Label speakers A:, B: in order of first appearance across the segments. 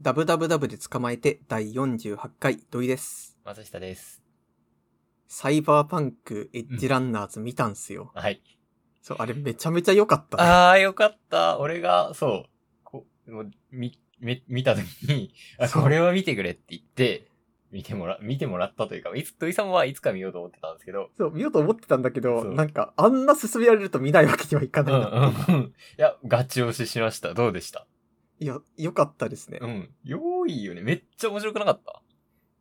A: ダブダブダブで捕まえて第48回土井です。
B: 松下です。
A: サイバーパンクエッジランナーズ見たんすよ。
B: はい。
A: そう、あれめちゃめちゃ良かった、ね。
B: ああ、よかった。俺が、そう、こもうみ、め、見たときに、あ、
A: そう
B: これは見てくれって言って、見てもら、見てもらったというか、いつ、土井さんはいつか見ようと思ってたんですけど、
A: そう、見ようと思ってたんだけど、
B: そう
A: なんか、あんな進められると見ないわけにはいか
B: う
A: なんいな
B: う。んうん。 いや、ガチ押ししました。どうでした
A: いや、良かったですね。
B: うん。よーいよね。めっちゃ面白くなかっ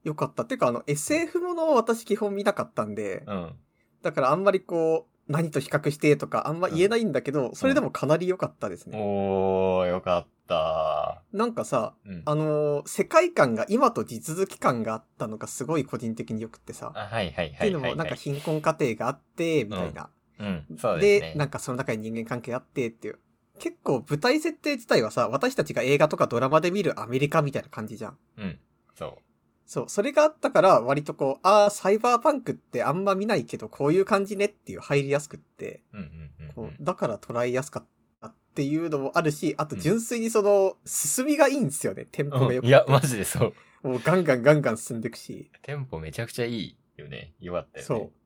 A: 良かった。てか、あの、SF ものを私基本見なかったんで、
B: たうん。
A: だからあんまりこう、何と比較してとかあんま言えないんだけど、それでもかなり良かったですね。
B: おー、よかった。
A: なんかさ、
B: うん。
A: あのー世界観が今と地続き感があったのがすごい個人的に良くってさ。
B: あ、はいはい
A: って
B: はいいう
A: の
B: はい、はい。
A: も、なんか貧困家庭があって、みたいな。
B: うん、そうですね。
A: なんかその中に人間関係あってっていう。結構舞台設定自体はさ、私たちが映画とかドラマで見るアメリカみたいな感じじゃん。
B: うん。そう。
A: そう、それがあったから割とこう、ああ、サイバーパンクってあんま見ないけど、こういう感じねっていう入りやすくって、
B: うんうんうん、う
A: こ
B: ん
A: う。だから捉えやすかったっていうのもあるし、あと純粋にその、進みがいいんですよね。テンポが良
B: うん
A: く
B: い
A: て
B: や、マジでそう。
A: もうガンガンガンガン進んでいくし。
B: テンポめちゃくちゃいいよね。よかったよね。
A: そ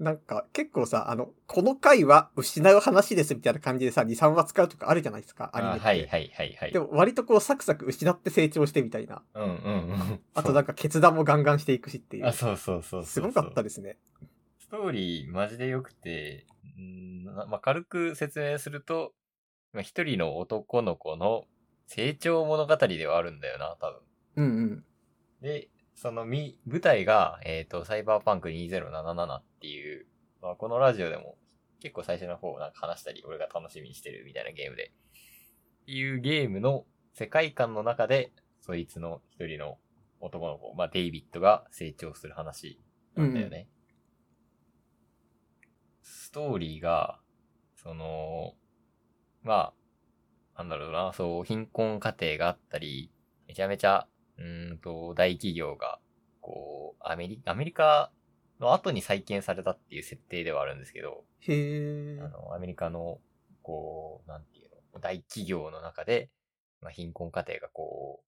A: う。なんか結構さ、あの、この回は失う話ですみたいな感じでさ、2、3話使うとかあるじゃないですか、アニメって。
B: はいはいはいはい。
A: でも割とこうサクサク失って成長してみたいな。
B: うんうんうん。
A: あとなんか
B: か
A: 決断もガンガンしていくしっていう
B: あ、。そうそうそうそうそう。
A: すごかったですね。
B: ストーリーマジで良くて、うんなまあ、軽く説明すると、まあ、一人の男の子の成長物語ではあるんだよな、多分。
A: うんうん。
B: で、そのみ、舞台が、えっ、と、サイバーパンク2077っていう、まあ、このラジオでも結構最初の方なんか話したり、俺が楽しみにしてるみたいなゲームで、っていうゲームの世界観の中で、そいつの一人の男の子、まあ、デイビッドが成長する話なんだよね。ストーリーが、その、まあ、なんだろうな、そう、貧困家庭があったり、めちゃめちゃ、うーんと、大企業が、こう、アメリアメリカの後に再建されたっていう設定ではあるんですけど、
A: へえ
B: あ。の、アメリカの、こう、なんていうの、大企業の中で、まあ、貧困家庭がこ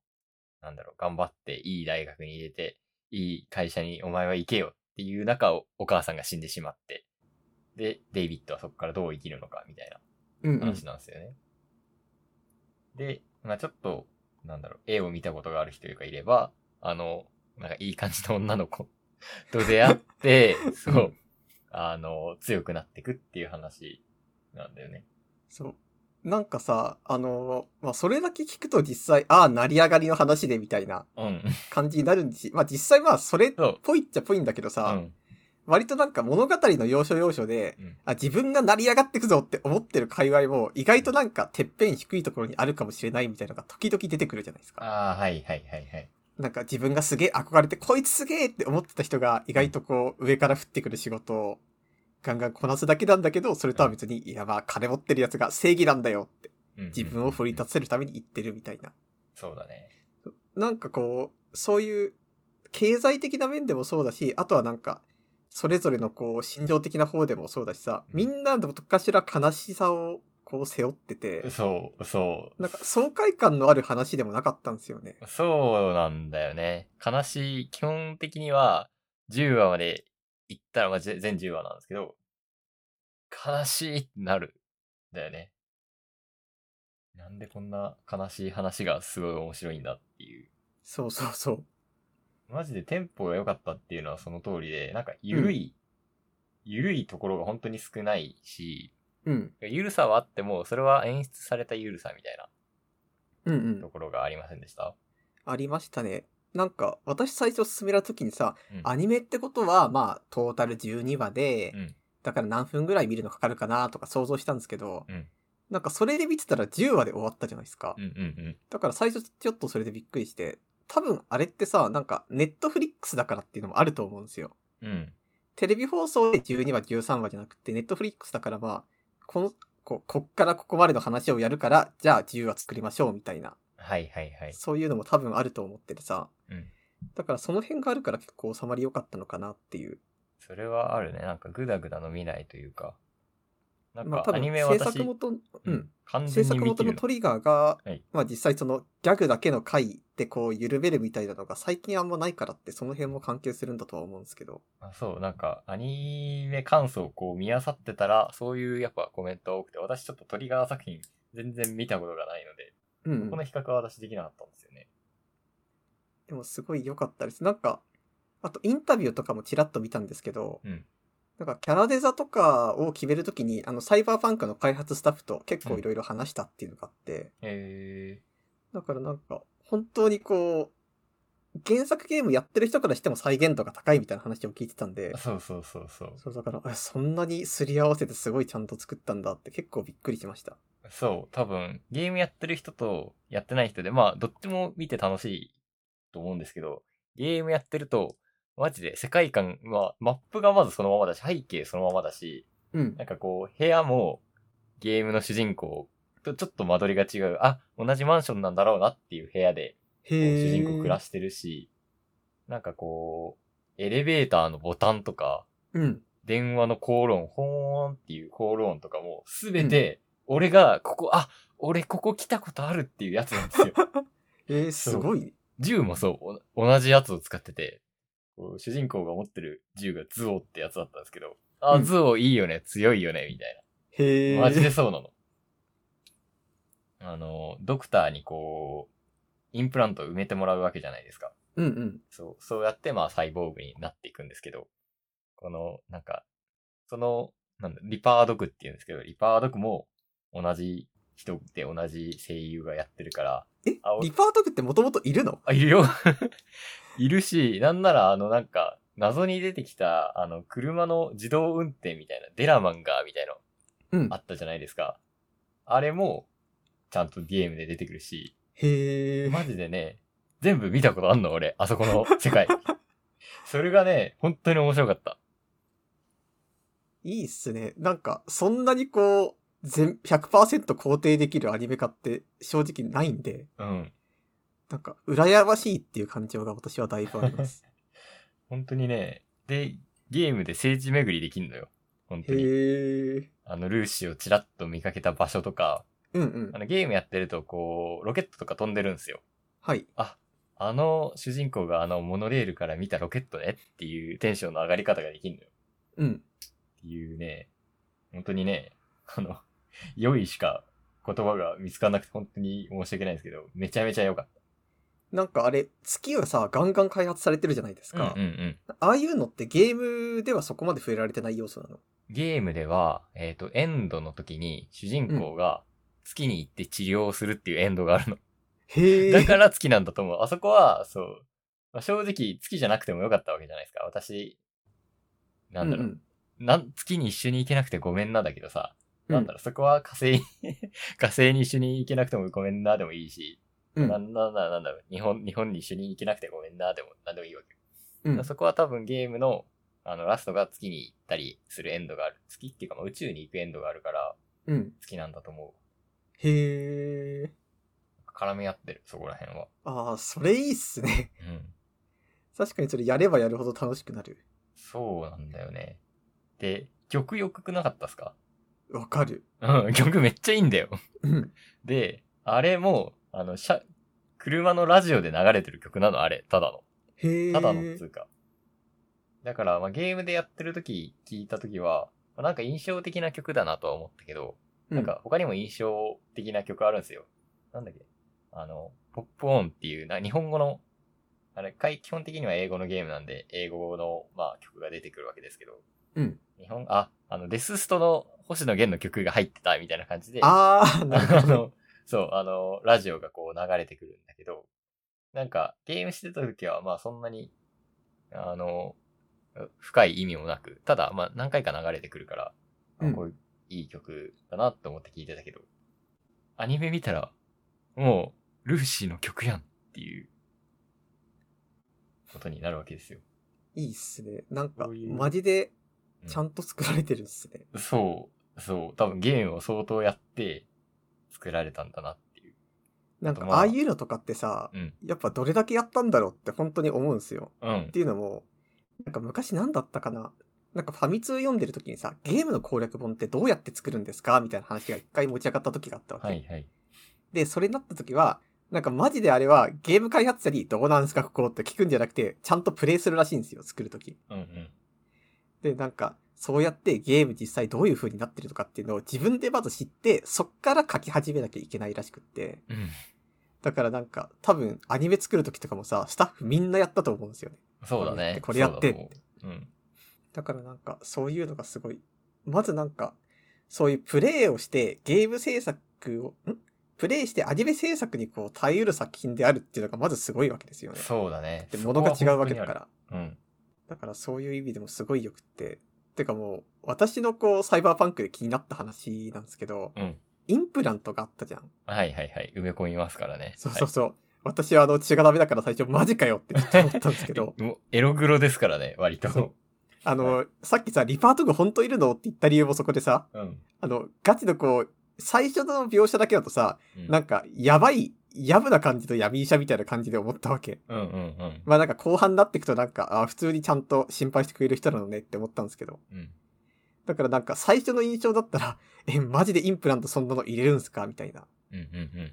B: う、なんだろう、頑張って、いい大学に入れて、いい会社にお前は行けよっていう中を、お母さんが死んでしまって、で、デイビッドはそこからどう生きるのか、みたいな。
A: うんうん。、
B: 話なんですよね。で、まあちょっと、なんだろう、絵を見たことがある人がいれば、あの、なんかいい感じの女の子 と出会って、そううんあの、強くなっていくっていう話なんだよね。
A: そう。なんかさ、あの、まあ、それだけ聞くと実際、ああ、成り上がりの話でみたいな
B: うん。
A: 感じになるんし、まあ、実際まあ、それっ
B: そう。
A: ぽいっちゃぽいんだけど
B: う
A: さ、
B: ん。
A: 割となんか物語の要所要所で、
B: うん
A: あ、自分が成り上がってくぞって思ってる界隈も、意外となんかてっぺん低いところにあるかもしれないみたいなのが時々出てくるじゃないですか。
B: ああ、はいはいはいはい。
A: なんか自分がすげえ憧れて、こいつすげえって思ってた人が、意外とこう、上から降ってくる仕事を、ガンガンこなすだけなんだけど、それとは別に、いやまあ金持ってるやつが正義なんだよって、
B: うん
A: 自分を奮い立たせるために言ってるみたいな。
B: そうだね。
A: なんかこう、そういう、経済的な面でもそうだし、あとはなんか、それぞれのこう、心情的な方でもそうだしさ、みんなどっかしら悲しさをこう背負ってて、
B: そう、そう。
A: なんか爽快感のある話でもなかったんですよね。
B: そうなんだよね。悲しい、基本的には、10話まで行ったら、まあ、ぜ全10話なんですけど、悲しいってなる。だよね。なんでこんな悲しい話がすごい面白いんだっていう。
A: そうそうそう。
B: マジでテンポが良かったっていうのはその通りで、なんか緩い、緩いところが本当に少ないし、
A: うん。
B: 緩さはあっても、それは演出された緩さみたい
A: うんう
B: なんと。ころがありませんでした。
A: ありましたね。なんか、私最初進めた時にさ、
B: うん
A: アニメってことは、まあ、トータル12話で、
B: うん
A: だから何分ぐらい見るのかかるかなとか想像したんですけど、
B: うん
A: なんかそれで見てたら10話で終わったじゃないですか。
B: うんうん
A: だから最初ちょっとそれでびっくりして、多分あれってさ、なんかネットフリックスだからっていうのもあると思うんですよ。
B: うん。うん。
A: テレビ放送で12話13話じゃなくて、ネットフリックスだからまあ、この、こうこっからここまでの話をやるから、じゃあ10話作りましょうみたいな、
B: はいはいはい。
A: そういうのも多分あると思っててさ、
B: うん
A: だからその辺があるから結構収まり良かったのかなっていう。
B: それはあるね。なんかグダグダの未来というか。なん
A: まあ
B: か
A: 多
B: ア
A: 分
B: ニメ
A: 制
B: 私、
A: 作元、う
B: うんん、、完
A: 制
B: 全
A: 作
B: に見
A: 元
B: 切
A: の
B: る
A: トリガーが、
B: はい
A: まあ実際そのギャグだけの回でこう緩めるみたいなのが最近あんまないからってその辺も関係するんだとは思うんですけど。
B: あそう、なんか、アニメ感想をこう見漁ってたら、そういうやっぱコメントが多くて、私ちょっとトリガー作品全然見たことがないので、
A: うん、
B: この比較は私できなかったんですよね。
A: でもすごい良かったです。なんか、あとインタビューとかもちらっと見たんですけど、
B: うん
A: なんかキャラデザとかを決めるときに、あのサイバーパンクの開発スタッフと結構いろいろ話したっていうのがあって、
B: え
A: だからなんか、本当にこう、原作ゲームやってる人からしても再現度が高いみたいな話を聞いてたんで
B: ー、、そうそうそうそう。
A: そうだから、あそんなにすり合わせてすごいちゃんと作ったんだって結構びっくりしました。
B: そう、多分、ゲームやってる人とやってない人で、まあ、どっちも見て楽しいと思うんですけど、ゲームやってると、マジで世界観は、マップがまずそのままだし、背景そのままだし、
A: うん
B: な。んかこう、部屋もゲームの主人公とちょっと間取りが違う、あ、同じマンションなんだろうなっていう部屋で、
A: へ
B: こう
A: ー
B: 主人公暮らしてるし、なんかこう、エレベーターのボタンとか、
A: うん。
B: 電話のコール音、ほーんっていうコール音とかも、すべて、俺が、ここ、あ、俺ここ来たことあるっていうやつなんです よ。
A: えー、すごい。
B: 銃もそう、お同じやつを使ってて、こう主人公が持ってる銃がズオってやつだったんですけど、あ、
A: うん
B: ズオいいよね、強いよね、みたいな。
A: へえ。
B: マジでそうなの。あの、ドクターにこう、インプラントを埋めてもらうわけじゃないですか。
A: うんうん。
B: そう、そうやってまあサイボーグになっていくんですけど、この、なんか、その、なんだ、リパードクって言うんですけど、リパードクも同じ人で同じ声優がやってるから、
A: え
B: あ、お
A: リパートクってもともといるの
B: あ、いるよ いるし、なんならあのなんか、謎に出てきた、あの、車の自動運転みたいな、デラマンガーみたいな、
A: うん
B: あ。ったじゃないですか。あれも、ちゃんとゲームで出てくるし、
A: へえ。
B: マジでね、全部見たことあんの俺、あそこの世界。それがね、本当に面白かった。
A: いいっすね。なんか、そんなにこう、全、100%肯定できるアニメ化って正直ないんで、
B: うん。
A: なんか、羨ましいっていう感情が私はだいぶあります。
B: 本当にね、で、ゲームで聖地巡りできんのよ。 本当に。
A: へえ。
B: あの、ルーシーをちらっと見かけた場所とか、
A: うんうん
B: あ。の、ゲームやってると、こう、ロケットとか飛んでるんですよ。
A: はい。
B: あの、主人公があの、モノレールから見たロケットねっていうテンションの上がり方ができんのよ。
A: うん。
B: っていうね、本当にね、あの、良いしか言葉が見つからなくて本当に申し訳ないんですけど、めちゃめちゃ良かっ
A: なんかあれ、月がさ、ガンガン開発されてるじゃないです
B: た。
A: か。
B: うんうんうん
A: ああいうのってゲームではそこまで触れられてない要素なの。
B: ゲームでは、えっ、と、エンドの時に主人公が月に行って治療をするっていうエンドがあるの。
A: へえ。
B: だから月なんだと思う。あそこは、そう、まあ正直月じゃなくても良かったわけじゃないですか。私、なんだろう、
A: うん
B: なん月に一緒に行けなくてごめんなだけどさ、
A: うん、
B: なんだろう、そこは火星に、 火星に一緒に行けなくてもごめんなでもいいし、
A: うん
B: ななんだなんだろう、日本、日本に一緒に行けなくてごめんな、でも、なんでもいいわけ。
A: うん
B: そこは多分ゲームの、あの、ラストが月に行ったりするエンドがある。月っていうか、まあ、宇宙に行くエンドがあるから、
A: うん。
B: 月なんだと思う。
A: へえ。
B: 絡み合ってる、そこら辺は。
A: ああ、それいいっすね。
B: うん。
A: 確かにそれやればやるほど楽しくなる。
B: そうなんだよね。で、曲よくなかったっすか
A: わかる。
B: うん、曲めっちゃいいんだよ。
A: うん。
B: で、あれも、あの、車、車のラジオで流れてる曲なの、あれ、ただの。
A: へえ。
B: ただのっつうか。だから、まあ、ゲームでやってる時聞いた時は、まあなんか印象的な曲だなとは思ったけど、
A: な
B: なんか他にも印象的な曲あるんですよ。なんだっけあの、ポップオンっていう、な日本語の、あれ、かい基本的には英語のゲームなんで、英語の、まあ、曲が出てくるわけですけど、
A: うん。
B: 日本、あ、あの、デスストの星野源の曲が入ってたみたいな感じで、
A: あ あ、なる
B: あ
A: ほど。
B: の、そう、あの、ラジオがこう流れてくるんだけど、なんか、ゲームしてた時は、まあそんなに、あの、深い意味もなく、ただ、まあ何回か流れてくるから、あ
A: うん
B: こういういい曲だなと思って聞いてたけど、アニメ見たら、もう、ルーシーの曲やんっていう、ことになるわけですよ。
A: いいっすね。なんか
B: こう、いう
A: マジで、
B: うん
A: ちゃんと作られてるっすね。
B: そう、そう、多分ゲームを相当やって、作られたんだなっていう。
A: なんか
B: あ、とまあ
A: ああいうのとかってさ、
B: うん。
A: やっぱどれだけやったんだろうって本当に思うんすよ。
B: うん
A: っ。ていうのも、なんか昔何だったかななんかファミ通読んでる時にさ、ゲームの攻略本ってどうやって作るんですかみたいな話が一回持ち上がった時があったわけ。
B: はいはい。
A: で、それになった時は、なんかマジであれはゲーム開発者にどうなんすかここって聞くんじゃなくて、ちゃんとプレイするらしいんですよ、作るとき。
B: うんうん。
A: で、なんか、そうやってゲーム実際どういう風になってるとかっていうのを自分でまず知って、そっから書き始めなきゃいけないらしくって。
B: うん。
A: だからなんか、多分アニメ作るときとかもさ、スタッフみんなやったと思うんですよね。
B: そうだね。
A: これやって
B: そうだと思う。うん。
A: だからなんか、そういうのがすごい。まずなんか、そういうプレイをして、ゲーム制作を、んプレイしてアニメ制作にこう、耐えうる作品であるっていうのがまずすごいわけですよね。
B: そうだね。。
A: で、物が違うわけだからら。
B: うん。
A: だからそういう意味でもすごい良くって。てかもう、私のこう、サイバーパンクで気になった話なんですけど、
B: うん
A: インプラントがあったじゃん。
B: はいはいはい。埋め込みますからね。、
A: そうそうそう。私はあの、血がダメだから最初マジかよってちょっと思ったんですけど
B: もうエログロですからね、割
A: そう
B: と。
A: あの、さっきさ、リパート軍本当いるのって言った理由もそこでさ、
B: うん。
A: あの、ガチのこう、最初の描写だけだとさ、
B: うん
A: なんか、やばい、やぶな感じと闇医者みたいな感じで思ったわけ。
B: うんうんうん。
A: まあなんか後半になっていくとなんか、あ普通にちゃんと心配してくれる人なのねって思ったんですけど。
B: うん。
A: だからなんか最初の印象だったら、 え、マジでインプラントそんなの入れるんすかみたいな。
B: うんうんうん。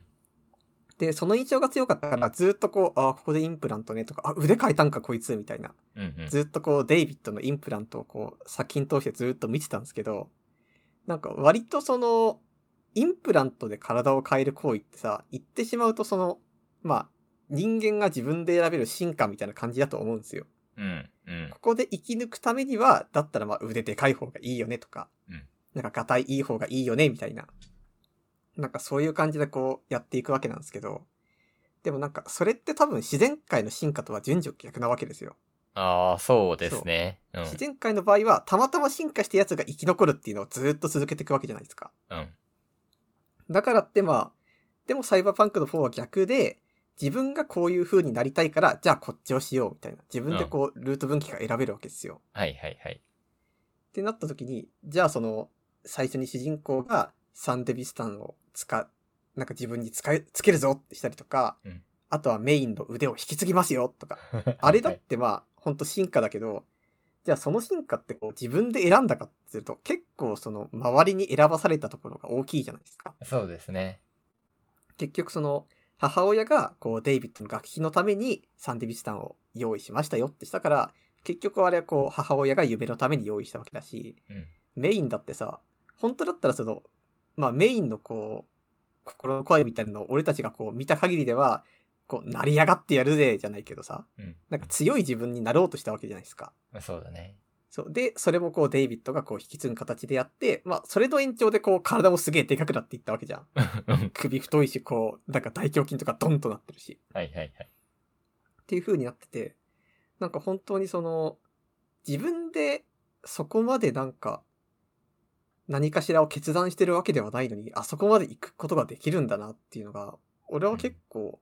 A: で、その印象が強かったから、ずっとこう、あここでインプラントねとか、あ、腕変えたんかこいつみたいな。
B: うんうん。
A: ずっとこう、デイビッドのインプラントをこう、作品通してずっと見てたんですけど、なんか割とその、インプラントで体を変える行為ってさ、言ってしまうとその、まあ、人間が自分で選べる進化みたいな感じだと思うんですよ。
B: うんうん
A: こ。こで生き抜くためには、だったらまあ腕でかい方がいいよねとか、
B: うん
A: なんか硬いいい方がいいよねみたいな。なんかそういう感じでこうやっていくわけなんですけど、でもなんかそれって多分自然界の進化とは順序逆なわけですよ。
B: ああ、そうですね。うん。
A: 自然界の場合はたまたま進化したやつが生き残るっていうのをずっと続けていくわけじゃないですか。
B: うん。
A: だからってまあ、でもサイバーパンクの方は逆で、自分がこういう風になりたいから、じゃあこっちをしようみたいな。自分でこう、ルート分岐が選べるわけですよ。
B: はいはいはい。
A: ってなった時に、じゃあその、最初に主人公がサンデビスタンを使、なんか自分に使い、つけるぞってしたりとか、
B: うん
A: あとはメインの腕を引き継ぎますよとか、あれだ
B: は
A: っ
B: い
A: てまあ、ほんと進化だけど、じゃあその進化ってこう自分で選んだかっていうと、結構その周りに選ばされたところが大きいじゃないですか。
B: そうですね。
A: 結局その、母親がこうデイビッドの学費のためにサンデビスタンを用意しましたよってしたから、結局あれはこう母親が夢のために用意したわけだし、
B: うん。
A: メインだってさ、本当だったらその、まあメインのこう、心の声みたいなのを俺たちがこう見た限りでは、こう、成り上がってやるぜ、じゃないけどさ、
B: うん。
A: なんか強い自分になろうとしたわけじゃないですか。
B: そうだね。
A: そう。で、それもこう、デイビッドがこう、引き継ぐ形でやって、まあ、それの延長でこう、体もすげえでかくなっていったわけじゃん。
B: はい
A: 首太いし、こう、なんか大胸筋とかドンとなってるし。
B: はいはい。
A: っていう風になってて、なんか本当にその、自分でそこまでなんか、何かしらを決断してるわけではないのに、あそこまで行くことができるんだなっていうのが、俺は結構、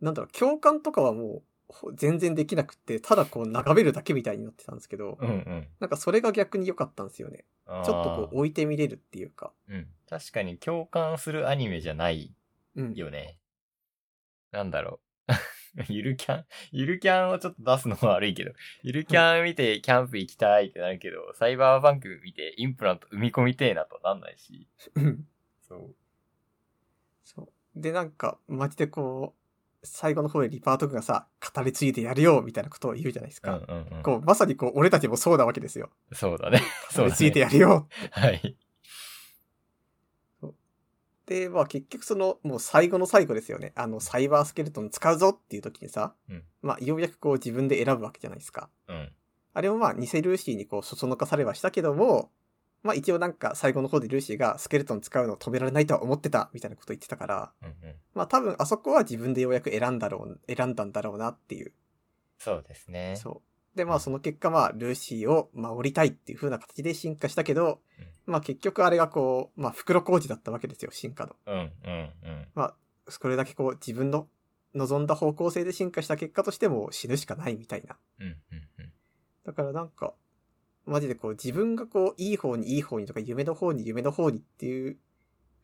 A: なんだろう、共感とかはもうほ全然できなくって、ただこう眺めるだけみたいになってたんですけど、
B: うんうん。
A: なんかそれが逆に良かったんですよね。
B: ちょ
A: ちょっとこう置いてみれるっていうか。
B: うん。確かに共感するアニメじゃない
A: うん。
B: よね。なんだろう。ゆるキャン、ゆるキャンをちょっと出すのは悪いけど、ゆるキャン見てキャンプ行きたいってなるけど、サイバーバンク見てインプラント埋め込みてえなとなんないし。
A: うん
B: そう。
A: そう。で、なんか、マジでこう、最後の方でリパート君がさ、語り継いでやるよ、みたいなことを言うじゃないです
B: うん
A: か。
B: うんうん。
A: こう、まさにこう、俺たちもそうなわけですよ。
B: そうだね。
A: 語
B: そう
A: り
B: だ
A: 継いで
B: ね。
A: やるよ。
B: はい。
A: で、まあ結局その、もう最後の最後ですよね。あの、サイバースケルトン使うぞっていう時にさ、
B: うん
A: まあようやくこう自分で選ぶわけじゃないですか。
B: うん。
A: あれもまあ、偽ルーシーにこう、そそのかされはしたけども、まあ一応なんか最後の方でルーシーがスケルトン使うのを止められないとは思ってた、みたいなこと言ってたから、
B: うんうん。
A: まあ多分あそこは自分でようやく選んだろう、選んだんだろうなっていう
B: そうですね。
A: そう。で、まあその結果、まあ、ルーシーを守りたいっていう風な形で進化したけど、まあ結局あれがこう、まあ袋小路だったわけですよ、進化の。
B: うんうんうん。
A: これだけこう、自分の望んだ方向性で進化した結果としても死ぬしかないみたいな。
B: うんうんうん。
A: だからなんか、マジでこう、自分がこう、いい方にいい方にとか、夢の方に夢の方にっていう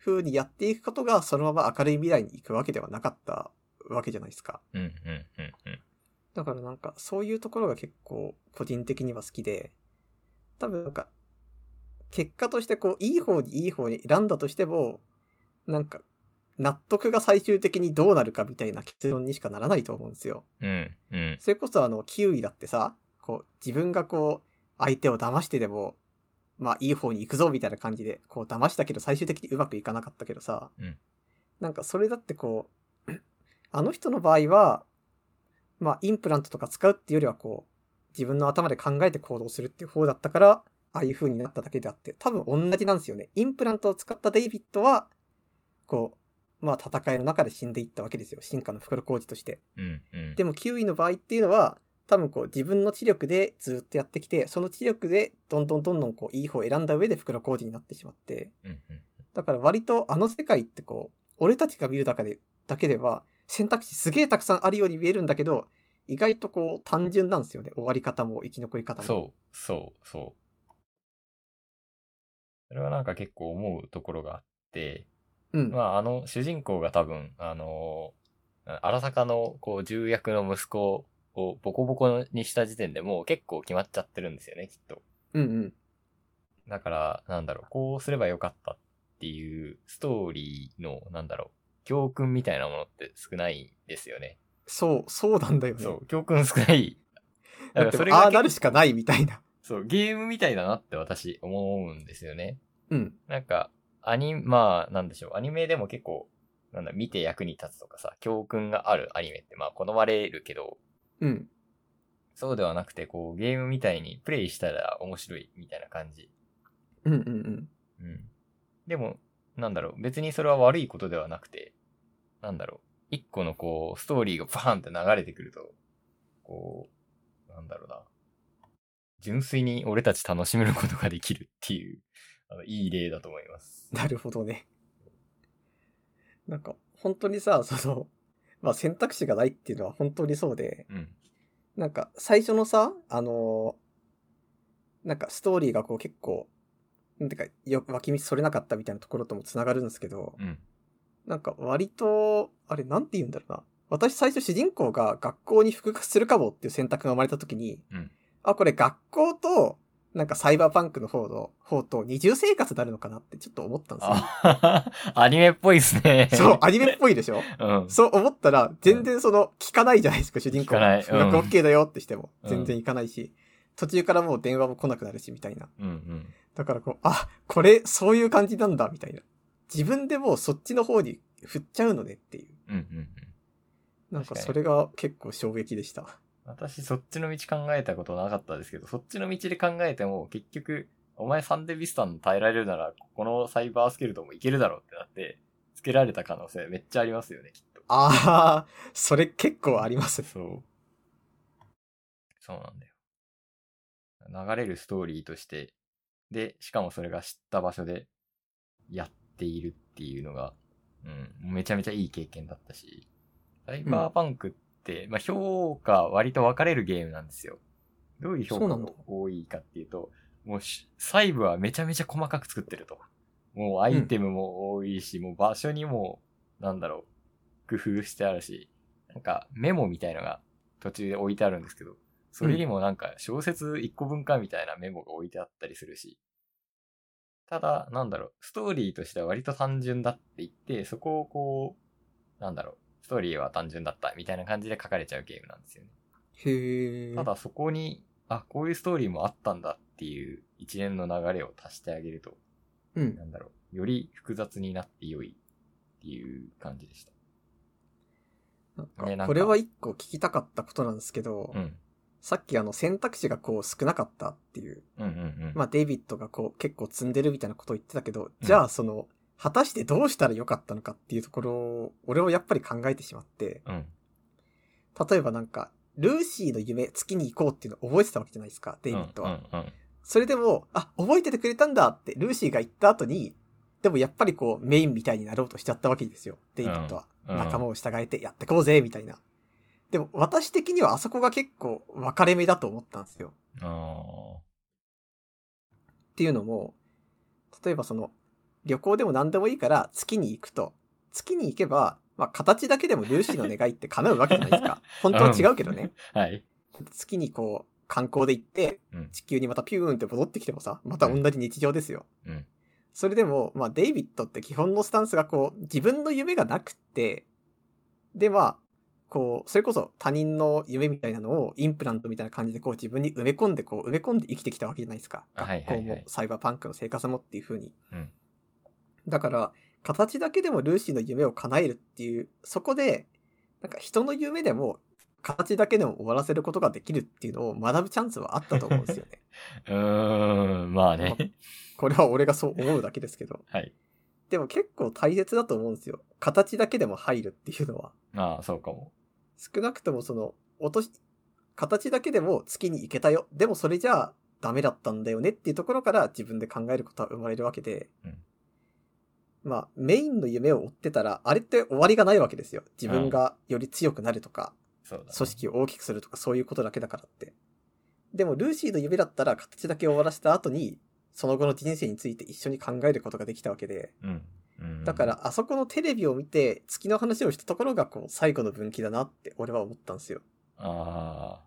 A: 風にやっていくことが、そのまま明るい未来に行くわけではなかったわけじゃないですか。
B: うんうんうんうん。
A: だからなんか、そういうところが結構個人的には好きで、多分なんか、結果としてこう、いい方にいい方に選んだとしても、なんか、納得が最終的にどうなるかみたいな結論にしかならないと思うんですよ。
B: うん、うん、
A: それこそあの、キウイだってさ、こう、自分がこう、相手を騙してでも、まあ、いい方に行くぞみたいな感じで、こう、騙したけど、最終的にうまくいかなかったけどさ、
B: うん
A: なんかそれだってこう、 あの人の場合は、まあ、インプラントとか使うっていうよりは、こう、自分の頭で考えて行動するっていう方だったから、ああいう風になっただけであって、多分同じなんですよね。インプラントを使ったデイビッドは、こう、まあ、戦いの中で死んでいったわけですよ。進化の袋小路として。
B: うん、うん。
A: でもキウイの場合っていうのは多分こう自分の知力でずっとやってきてその知力でどんどんどんどんこういい方を選んだ上で袋小路になってしまって
B: うん、うん。
A: だから割とあの世界ってこう俺たちが見るだけでだけでは選択肢すげえたくさんあるように見えるんだけど意外とこう単純なんですよね終わり方も生き残り方も
B: そう、そう、そう。それはなんか結構思うところがあって、
A: う、うん
B: まああの主人公が多分、あのー、荒坂のこう重役の息子をボコボコにした時点でもう結構決まっちゃってるんですよね、きっと。
A: うんうん
B: だから、なんだろう、こうすればよかったっていうストーリーの、なんだろう、教訓みたいなものって少ないんですよね。
A: そうそうなんだよね
B: そう、教訓少ない。だ
A: だ
B: か
A: っ
B: ら
A: て
B: それ
A: あ
B: が
A: あなる
B: 結
A: しかないみたいな
B: 構、そう、ゲームみたいだなって私思うんですよね。
A: うん
B: なんか、アニ、まあ、なんでしょう。アニメでも結構、なんだ、見て役に立つとかさ、教訓があるアニメって、まあ、好まれるけど、
A: うん
B: そうではなくて、こう、ゲームみたいにプレイしたら面白いみたいな感じ。
A: うんうんうん
B: うん。でも、なんだろう、別にそれは悪いことではなくて、なんだろう、一個のこう、ストーリーがバーンって流れてくると、こう、なんだろうな、純粋に俺たち楽しめることができるっていう、あの、いい例だと思います。
A: なるほどね。なんか、本当にさ、その、まあ選択肢がないっていうのは本当にそうで、
B: うん。
A: なんか最初のさ、あのーなんかストーリーがこう結構、なんていうか、よ脇道それなかったみたいなところともつながるんですけど、
B: うん。
A: なんか割と、あれなんて言うんだろうな。私最初主人公が学校に復活するかもっていう選択が生まれた時に、
B: うん
A: あ、これ学校と、なんかサイバーパンクの方の方と二重生活になるのかなってちょっと思ったんですよ。
B: あ アニメっぽいっすね。
A: そう、アニメっぽいでしょ
B: うん。
A: そう思ったら、全然その、聞かないじゃないですか、主人公
B: 聞かないうん
A: それが OK だよってしても、
B: うん
A: 全然行かないし、途中からもう電話も来なくなるし、みたいな。
B: うんうん。
A: だからこう、あ、これ、そういう感じなんだ、みたいな。自分でもうそっちの方に振っちゃうのねっていう。
B: うんうんうん。
A: なんか
B: 確かに
A: それが結構衝撃でした。
B: 私、そっちの道考えたことなかったですけど、そっちの道で考えても、結局、お前サンデビスタン耐えられるなら、このサイバースケルトンもいけるだろうってなって、つけられた可能性めっちゃありますよね、きっと。
A: あー、それ結構あります。
B: そう。 そうなんだよ。流れるストーリーとして、で、しかもそれが知った場所でやっているっていうのが、うん、めちゃめちゃいい経験だったし、サイバーパンクって、まあ評価割と分かれるゲームなんですよ。どういう評
A: そう
B: 価
A: なん
B: が
A: だ
B: 多いかっていうと、もうし細部はめちゃめちゃ細かく作ってると。もうアイテムも多いし、もう場所にも、なんだろう、工夫してあるし、なんかメモみたいのが途中で置いてあるんですけど、それにもなんか小説1個分かみたいなメモが置いてあったりするし、ただ、なんだろう、ストーリーとしては割と単純だって言って、そこをこう、なんだろう、ストーリーは単純だったみたいな感じで書かれちゃうゲームなんですよね。
A: へー。
B: ただそこに、あ、こういうストーリーもあったんだっていう一連の流れを足してあげると、
A: うん
B: な。んだろう、より複雑になって良いっていう感じでした。
A: なん
B: ねな
A: か、
B: んか
A: これは一個聞きたかったことなんですけど、
B: うん。
A: さっきあの選択肢がこう少なかったっていう
B: うんうんうん。
A: まあ、デイビッドがこう結構積んでるみたいなことを言ってたけど、じゃあその、果たしてどうしたらよかったのかっていうところを、俺はやっぱり考えてしまって、
B: うん。
A: 例えばなんか、ルーシーの夢、月に行こうっていうのを覚えてたわけじゃないですか、デイビッドは。
B: うんうん
A: それでも、あ、覚えててくれたんだって、ルーシーが言った後に、でもやっぱりこう、メインみたいになろうとしちゃったわけですよ、デイビッドは。
B: うんうん
A: 仲間を従えてやってこうぜ、みたいな。でも、私的にはあそこが結構分かれ目だと思ったんですよ。
B: あ
A: っていうのも、例えばその、旅行でも何でもいいから月に行くと。月に行けば、まあ形だけでもルーシーの願いって叶うわけじゃないですか。本当は違うけどね。
B: ー はい。
A: 月にこう、観光で行って
B: うん、
A: 地球にまたピューンって戻ってきてもさ、また同じ日常ですよ。
B: うん
A: それでも、まあ、デイビッドって基本のスタンスがこう、自分の夢がなくて、で、まあ、こう、それこそ他人の夢みたいなのをインプラントみたいな感じでこう自分に埋め込んで、こう埋め込んで生きてきたわけじゃないですか。
B: あはい
A: 学
B: はいは
A: 校
B: い
A: もサイバーパンクの生活もっていう風に。
B: うん
A: だから、形だけでもルーシーの夢を叶えるっていう、そこで、なんか人の夢でも、形だけでも終わらせることができるっていうのを学ぶチャンスはあったと思うんですよ ね。
B: うーん、まあね。
A: これは俺がそう思うだけですけど。
B: はい。
A: でも結構大切だと思うんですよ。形だけでも入るっていうのは。
B: ああ、そうかも。
A: 少なくともその、落とし、形だけでも月に行けたよ。でもそれじゃあダメだったんだよねっていうところから自分で考えることは生まれるわけで。
B: うん
A: まあ、メインの夢を追ってたら、あれって終わりがないわけですよ。自分がより強くなるとか、
B: そうだ、ね。
A: 組織を大きくするとかそういうことだけだからって。でも、ルーシーの夢だったら形だけ終わらせた後に、その後の人生について一緒に考えることができたわけで。
B: うん。うん。
A: だから、あそこのテレビを見て、月の話をしたところが、こう、最後の分岐だなって、俺は思ったんですよ。
B: ああ。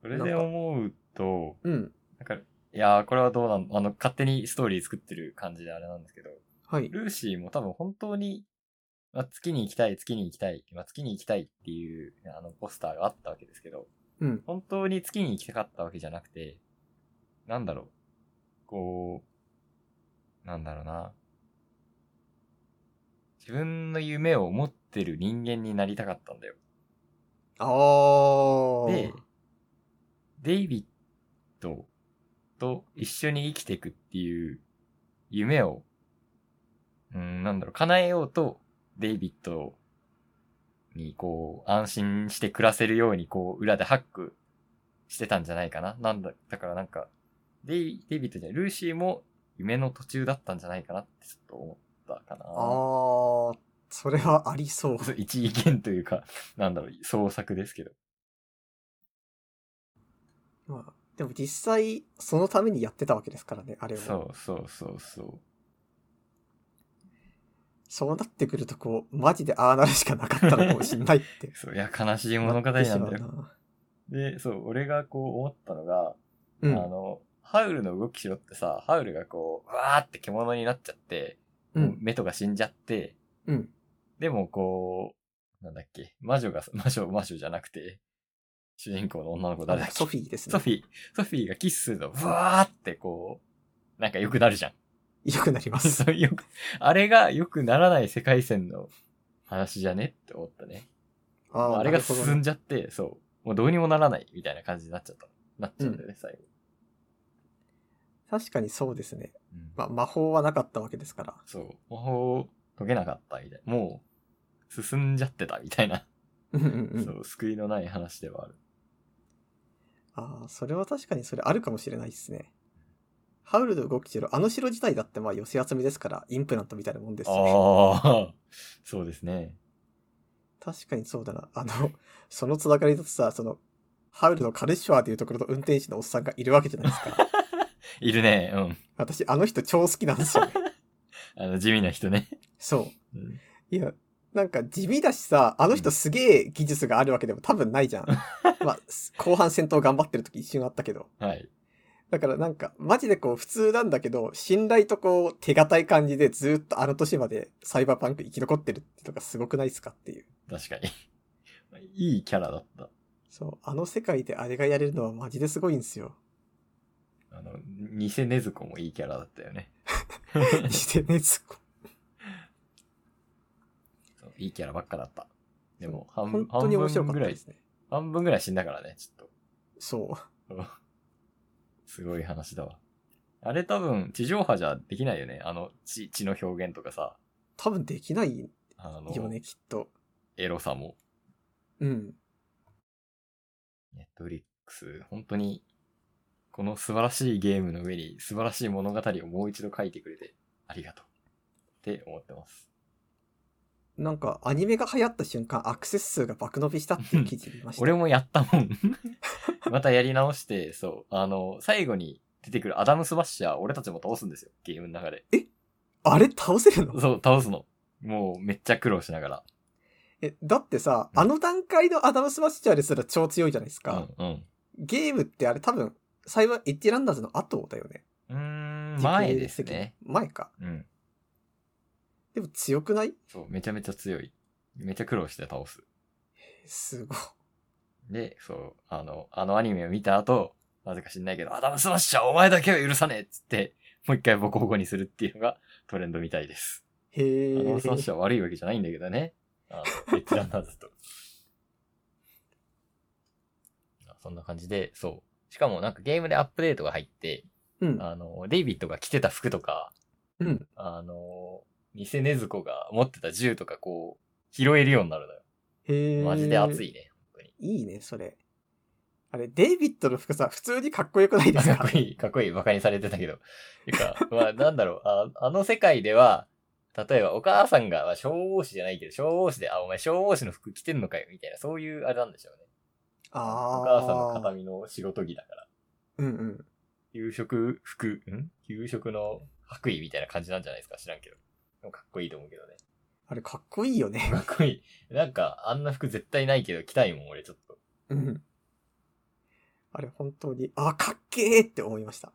B: それ
A: なん
B: で
A: か
B: 思うと、
A: うん。
B: なんか、いやー、これはどうなんあの、勝手にストーリー作ってる感じであれなんですけど、
A: はい。
B: ルーシーも多分本当に、まあ、月に行きたい、月に行きたい、まあ、月に行きたいっていう、あの、ポスターがあったわけですけど、
A: うん。
B: 本当に月に行きたかったわけじゃなくて、なんだろう。こう、なんだろうな。自分の夢を持ってる人間になりたかったんだよ。
A: あー。
B: で、デイビッドと一緒に生きていくっていう夢を、うん、なんだろう、叶えようと、デイビッドにこう、安心して暮らせるように、こう、裏でハックしてたんじゃないかな。なんだ、だからなんか、デイ、デイビッドじゃない、ルーシーも夢の途中だったんじゃないかなってちょっと思ったかな。
A: あー。それはありそう。
B: そう一意見というか、なんだろう、創作ですけど。
A: まあ、でも実際、そのためにやってたわけですからね、あれを。
B: そうそうそうそう。
A: そうなってくると、こう、マジでああなるしかなかったのかもしんないって。
B: そう、いや、悲しい物語なんだ
A: なってしま
B: よ。
A: うな
B: で、そう、俺がこう思ったのが、
A: うん。
B: あの、ハウルの動きしろってさ、ハウルがこう、うわーって獣になっちゃって、
A: うん。
B: メトが死んじゃって、
A: うん。
B: でもこう、なんだっけ、魔女が、 魔女、魔女じゃなくて、主人公の女の子誰だっけ
A: ソフィーですね。
B: ソフィー、ソフィーがキスすると、うわーってこう、なんか良くなるじゃん。
A: よくなります。
B: そうよく、あれが良くならない世界線の話じゃねって思ったね。
A: あ
B: ま
A: ー
B: ああれが
A: なるほどね
B: 進んじゃって、そう。もうどうにもならないみたいな感じになっちゃった。なっちゃうんだよね、最後。
A: 確かにそうですね。
B: うん
A: まあ、魔法はなかったわけですから。
B: そう。魔法を解けなかったみたいな。もう、進んじゃってたみたいな。
A: うんうんうん。
B: そう、救いのない話ではある。
A: ああ、それは確かにそれあるかもしれないですね。ハウルの動きしろ、あの城自体だってまあ寄せ集めですから、インプラントみたいなもんですしね。
B: ああ、 そうですね。
A: 確かにそうだな。あの、 そのつながりだとさ、その、ハウルのカルシュアーというところの運転手のおっさんがいるわけじゃないですか。
B: いるね、うん。
A: 私、あの人超好きなんですよね。
B: あの、地味な人ね。
A: そ
B: うん
A: う。いや、なんか地味だしさ、あの人すげえ技術があるわけでも多分ない じゃん。まあ、後半戦闘頑張ってる時一瞬あったけど。
B: はい。
A: だからなんか、マジでこう普通なんだけど、信頼とこう手堅い感じでずーっとあの年までサイバーパンク生き残ってるってとかすごくないですかっていう。
B: 確かに。いいキャラだった。
A: そう、あの世界であれがやれるのはマジですごいんですよ。
B: あの、偽ねずこもいいキャラだったよね。
A: 偽ネズコ。
B: そういいキャラばっかだった。でも、半分
A: 本、当に面白かっ
B: 半
A: た
B: 分ぐら
A: で
B: い
A: すね。
B: 半分ぐらい死んだからね、ちょっ
A: そ
B: と。すごい話だわ。あれ多分、地上波じゃできないよね。あの、地、地の表現とかさ、
A: う。多分できない
B: あの、
A: よね、きっと。
B: エロさも。
A: うん。
B: ネットフリックス、本当に、この素晴らしいゲームの上に素晴らしい物語をもう一度書いてくれて、ありがとう。って思ってます。
A: なんか、アニメが流行った瞬間、アクセス数が爆伸びしたっていう記事見ました。
B: 俺もやったもん。 またやり直して、そう、あの、最後に出てくるアダムスバッシャー、俺たちも倒すんですよ。ゲームの中で。
A: あれ倒せるの
B: そう、倒すの。もう、めっちゃ苦労しながら。
A: え、だってさ、あの段階のアダムスマッシャーですら超強いじゃないですか。
B: うん、うん。
A: ゲームってあれ多分、幸いエッジランダーズの後だよね。
B: うーん、前ですね。
A: 前か。
B: うん。
A: でも強くない
B: そう、めちゃめちゃ強い。めちゃ苦労して倒す。
A: すごい。
B: で、そう、あの、あのアニメを見た後、なぜか知んないけど、アダムスマッシャーお前だけは許さねえっつって、もう一回ボコボコにするっていうのがトレンドみたいです。
A: へ
B: アダムスマッシ
A: ー。
B: ャーは悪いわけじゃないんだけどね。あの、ベッランナーズと。あそんな感じで、そう。しかもなんかゲームでアップデートが入って、
A: うん。
B: あの、デイビッドが着てた服とか、
A: うん。
B: あの、偽ネズコが持ってた銃とかこう、拾えるようになるのよ。
A: へー。
B: マジで熱。いね。本当に。
A: いいね、それ。あれ、デイビッドの服さ、普通にかっこよくないです
B: か
A: か
B: っこいい、かっこいい、馬鹿にされてたけど。てか、まあ、なんだろう、ああの世界では、例えばお母さんが、まあ、消防士じゃないけど、消防士で、あ、お前消防士の服着てんのかよ、みたいな、そういうあれなんでしょうね。
A: あ
B: お
A: あ。
B: 母さんの形見の仕事着だから。
A: うんうん。
B: 給食服、ん給食の白衣みたいな感じなんじゃないですか、知らんけど。でもかっこいいと思うけどね。
A: あれ、かっこいいよね。
B: かっこいい。なんか、あんな服絶対ないけど、着たいもん、俺ちょっ と。
A: うん。あれ、本当に、あ、かっけーって思いました。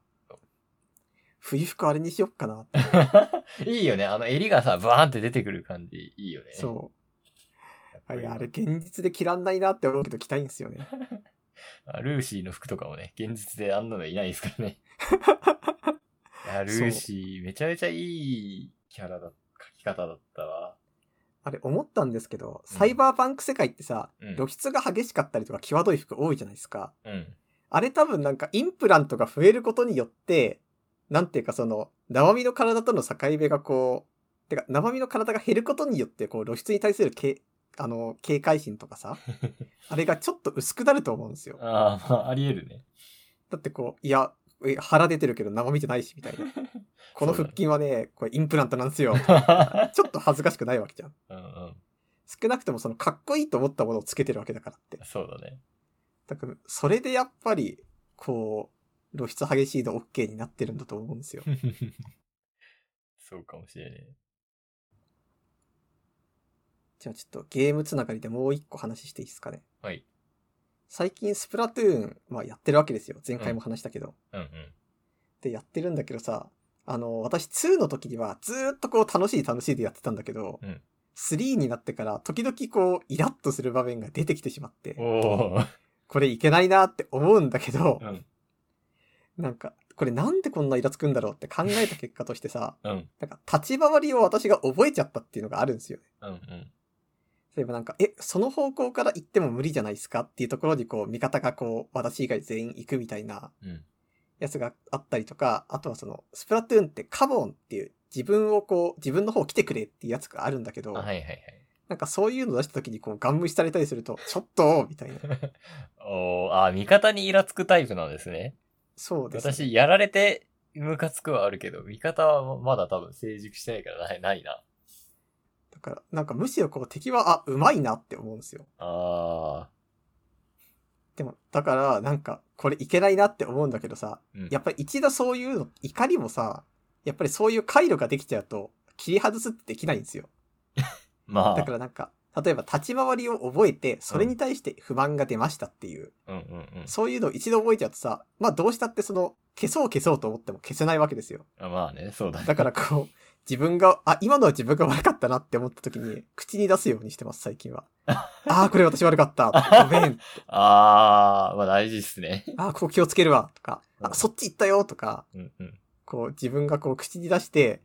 A: 冬服あれにしよっかなって。
B: いいよね、あの襟がさ、バーンって出てくる感じ、いいよね。
A: そう。
B: かっ
A: あ
B: こいい
A: れ、
B: わ
A: あれ現実で着らんないなって思うけど着たいんですよ ね。
B: あルーシーの服とかもね、現実であんなのいないですから ね。いやルーシー、めちゃめちゃいいキャラだ、書き方だったわ。
A: あれ、思ったんですけど、サイバーパンク世界ってさ、
B: うん
A: 露出が激しかったりとか際どい服多いじゃないですか。
B: うん。
A: あれ多分なんかインプラントが増えることによって、なんていうかその、生身の体との境目がこう、てか生身の体が減ることによって、こう露出に対するけあの警戒心とか さ、あれがちょっと薄くなると思うんですよ。
B: ああ、まあ、あり得るね。
A: だってこう、いや、え腹出てるけど生身じゃないし、みた いな。この腹筋はね、これインプラントなんですよ。ちょっと恥ずかしくないわけじゃん。
B: うんうん。
A: 少なくともそのかっこいいと思ったものをつけてるわけだからって。
B: そうだね。
A: だから、それでやっぱり、こう、露出激しいの OK になってるんだと思うんですよ。
B: そうかもしれね
A: じゃあちょっとゲームつながりでもう一個話していいですかね。
B: え。はい。
A: 最近スプラトゥーン、まあやってるわけですよ。前回も話したけど。
B: うんうん。
A: で、やってるんだけどさ、あの、私2の時にはずーっとこう楽しい楽しいでやってたんだけど、
B: うん
A: 3になってから時々こうイラッとする場面が出てきてしまって、
B: おー。
A: これいけないなって思うんだけど
B: う、ん。
A: なんか、これなんでこんなイラつくんだろうって考えた結果としてさ、
B: うん。
A: なんか立ち回りを私が覚えちゃったっていうのがあるんですよね。
B: うんうん。
A: 例えばなんか、え、その方向から行っても無理じゃないですかっていうところにこう、味方がこう、私以外全員行くみたいな
B: うん。
A: やつがあったりとか、あとはその、スプラトゥーンってカモンっていう、自分をこう、自分の方来てくれっていうやつがあるんだけど、
B: あはいはいはい。
A: なんかそういうの出した時にこう、ガン無視されたりすると、ちょっとみたいな。
B: おー、あー、味方にイラつくタイプなんですね。
A: そうです、
B: 私、やられて、ムカつくはあるけど、味方はまだ多分成熟してないからないないな。
A: だから、なんかむしろこう、敵は、あ、うまいなって思うんですよ。
B: ああ。
A: でも、だから、なんか、これいけないなって思うんだけどさ、
B: うん
A: やっぱり一度そういうの、怒りもさ、やっぱりそういう回路ができちゃうと、切り外すってできないんですよ。
B: まあ。
A: だからなんか、例えば立ち回りを覚えて、それに対して不満が出ましたっていう、
B: うんうんうん。
A: そういうのを一度覚えちゃうとさ、まあどうしたってその、消そう消そうと思っても消せないわけですよ。
B: あまあね、そうだね。
A: だからこう、 自分が、あ、今のは自分が悪かったなって思った時に、口に出すようにしてます、最近 は。あーこれ私悪かった。ごめん。
B: ああ、まあ大事っすね。
A: あーここ気をつけるわ。とか、
B: う
A: あ、
B: ん
A: そっち行ったよ。とか、
B: うんうん。
A: こう自分がこう口に出して、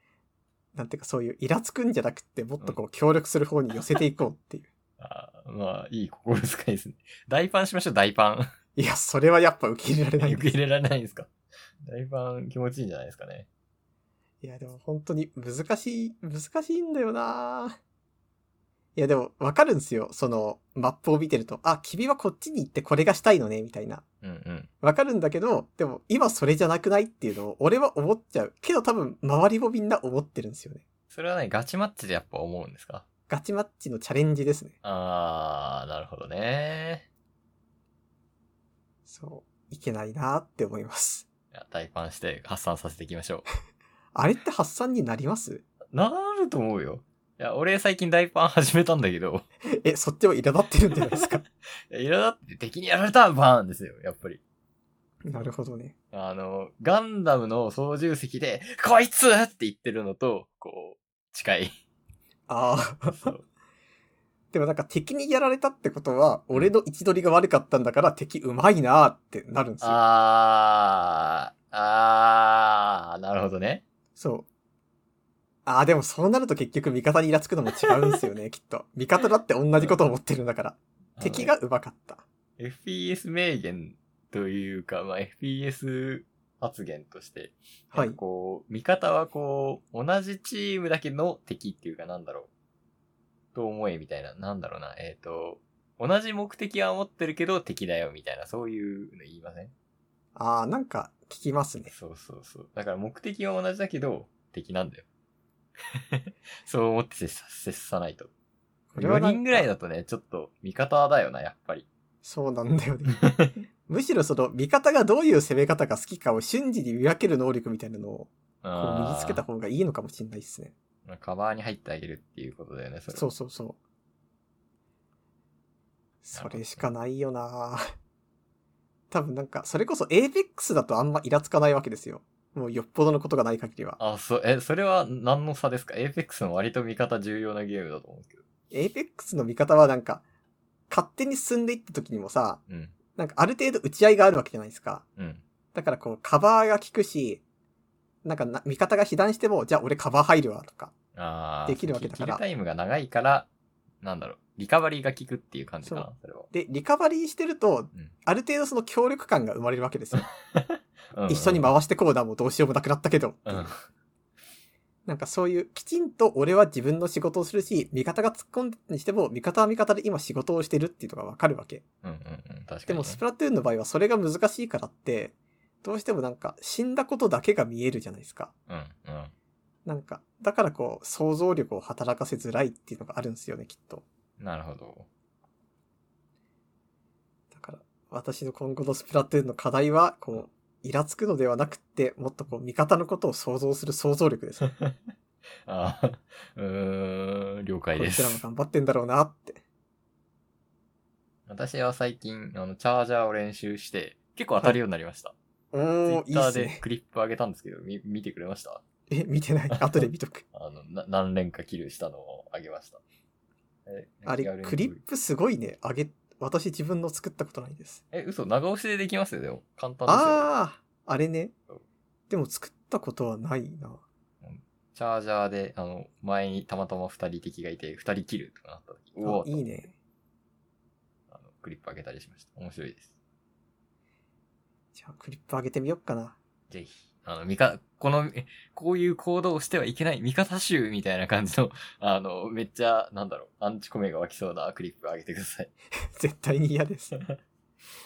A: なんていうかそういうイラつくんじゃなくって、もっとこう協力する方に寄せていこうっていう。
B: あーまあ、いい心遣いですね。 大パンしましょう、大パン。
A: いや、それはやっぱ受け入れられない
B: 受
A: んで
B: け
A: す
B: 入れられないんですか。大パン気持ちいいんじゃないですかね。
A: いや、でも本当に難しい、難しいんだよないや、でもわかるんですよ。そのマップを見てると、あ、君はこっちに行ってこれがしたいのね、みたいな。
B: うんうん。
A: わかるんだけど、でも今それじゃなくないっていうのを俺は思っちゃう。けど多分周りもみんな思ってるんですよね。
B: それはね、ガチマッチでやっぱ思うんですか
A: ガチマッチのチャレンジですね。
B: ああ、なるほどね。
A: そう。いけないなって思います。
B: いや大パンして発散させていきましょう。
A: あれって発散になります
B: なると思うよ。いや、俺最近大パン始めたんだけど、
A: え、 そっちも苛立ってるんじゃないですか
B: いや、いらだって敵にやられたバーンですよ、やっぱり。
A: なるほどね。
B: あの、ガンダムの操縦席で、こいつって言ってるのと、こう、近い。
A: ああ。
B: そう
A: でもなんか敵にやられたってことは、俺の位置取りが悪かったんだから敵うまいなーってなるんですよ。
B: あー、あー、なるほどね。
A: そう。ああ、でもそうなると結局味方にイラつくのも違うんですよ ね、きっと。味方だって同じことを思ってるんだから。敵がうまかった。
B: あのね。FPS 名言というか、まあ、FPS 発言として、
A: はい
B: なんかこう、味方はこう、同じチームだけの敵っていうかなんだろう。と思えみたいな、なんだろうな、えっ、と、同じ目的は持ってるけど敵だよみたいな、そういうの言いません
A: ああ、なんか聞きますね。
B: そうそうそう。だから目的は同じだけど、敵なん だよ。そう思って接さ接さないと。
A: これは
B: 4
A: なんか
B: 人ぐらいだとね、ちょっと味方だよな、やっぱり。
A: そうなんだよ ね。むしろその味方がどういう攻め方が好きかを瞬時に見分ける能力みたいなのをこう身につけた方がいいのかもしれないですね。
B: あーカバーに入ってあげるっていうことだよね、それ。
A: そうそうそう。それしかないよなぁ多分なんか、それこそ APEX だとあんまイラつかないわけですよ。もうよっぽどのことがない限りは。
B: あ、そう、え、それは何の差ですか ?Apex も割と味方重要なゲームだと思うけど。
A: APEX の見方はなんか、勝手に進んでいった時にもさ、
B: うん。
A: なんかある程度打ち合いがあるわけじゃないですか。
B: うん。
A: だからこう、カバーが効くし、なんかな味方が被弾しても、じゃあ俺カバー入るわとか。
B: ああ。
A: できるわけだから
B: キルタイムが長いから、なんだろう、リカバリーが効くっていう感じかな、それは。
A: で、リカバリーしてると、
B: うん
A: ある程度その協力感が生まれるわけですよ。
B: うんうん
A: 一緒に回してこうだもうどうしようもなくなったけど。
B: うん。
A: なんかそういう、きちんと俺は自分の仕事をするし、味方が突っ込んでにしても、味方は味方で今仕事をしてるっていうのがわかるわけ。
B: うんうんうん。確かに、ね。
A: でもスプラトゥーンの場合はそれが難しいからって、どうしてもなんか死んだことだけが見えるじゃないですか。
B: うんうん。
A: なんか、だからこう、想像力を働かせづらいっていうのがあるんですよね、きっと。
B: なるほど。
A: だから、私の今後のスプラトゥーンの課題は、こう、イラつくのではなくって、もっとこう、味方のことを想像する想像力ですね。
B: ああ、 うーん、了解
A: こ
B: で
A: いつ
B: す
A: ら。も頑張ってんだろうなって。
B: 私は最近、あの、チャージャーを練習して、結構当たるようになりました。
A: お
B: ツイ
A: ー、い
B: ッ
A: い
B: タ
A: っ
B: ー
A: す
B: で
A: ね。
B: クリップ上げたんですけど、み見てくれました
A: え、見て ない。後で見とく。
B: あの、な何連かキルしたのを上げました。え
A: あれ
B: 気軽、に
A: クリップすごいね。あげ、私自分の作ったことないです。
B: え、嘘、長押しでできますよ、でも。簡単ですよ。
A: ああ、あれね
B: そう。
A: でも作ったことはないな。
B: チャージャーで、あの、前にたまたま二人敵がいて、二人キルとかなった時、うお
A: あ
B: ー
A: いいね。
B: あのクリップ上げたりしました。面白いです。
A: じゃあ、クリップ上げてみよっかな。
B: ぜひ。あの、味方、この、えこういう行動をしてはいけない味方集みたいな感じの、 あの、めっちゃ、なんだろう、アンチコメが湧きそうなクリップ上げてください。
A: 絶対に嫌です。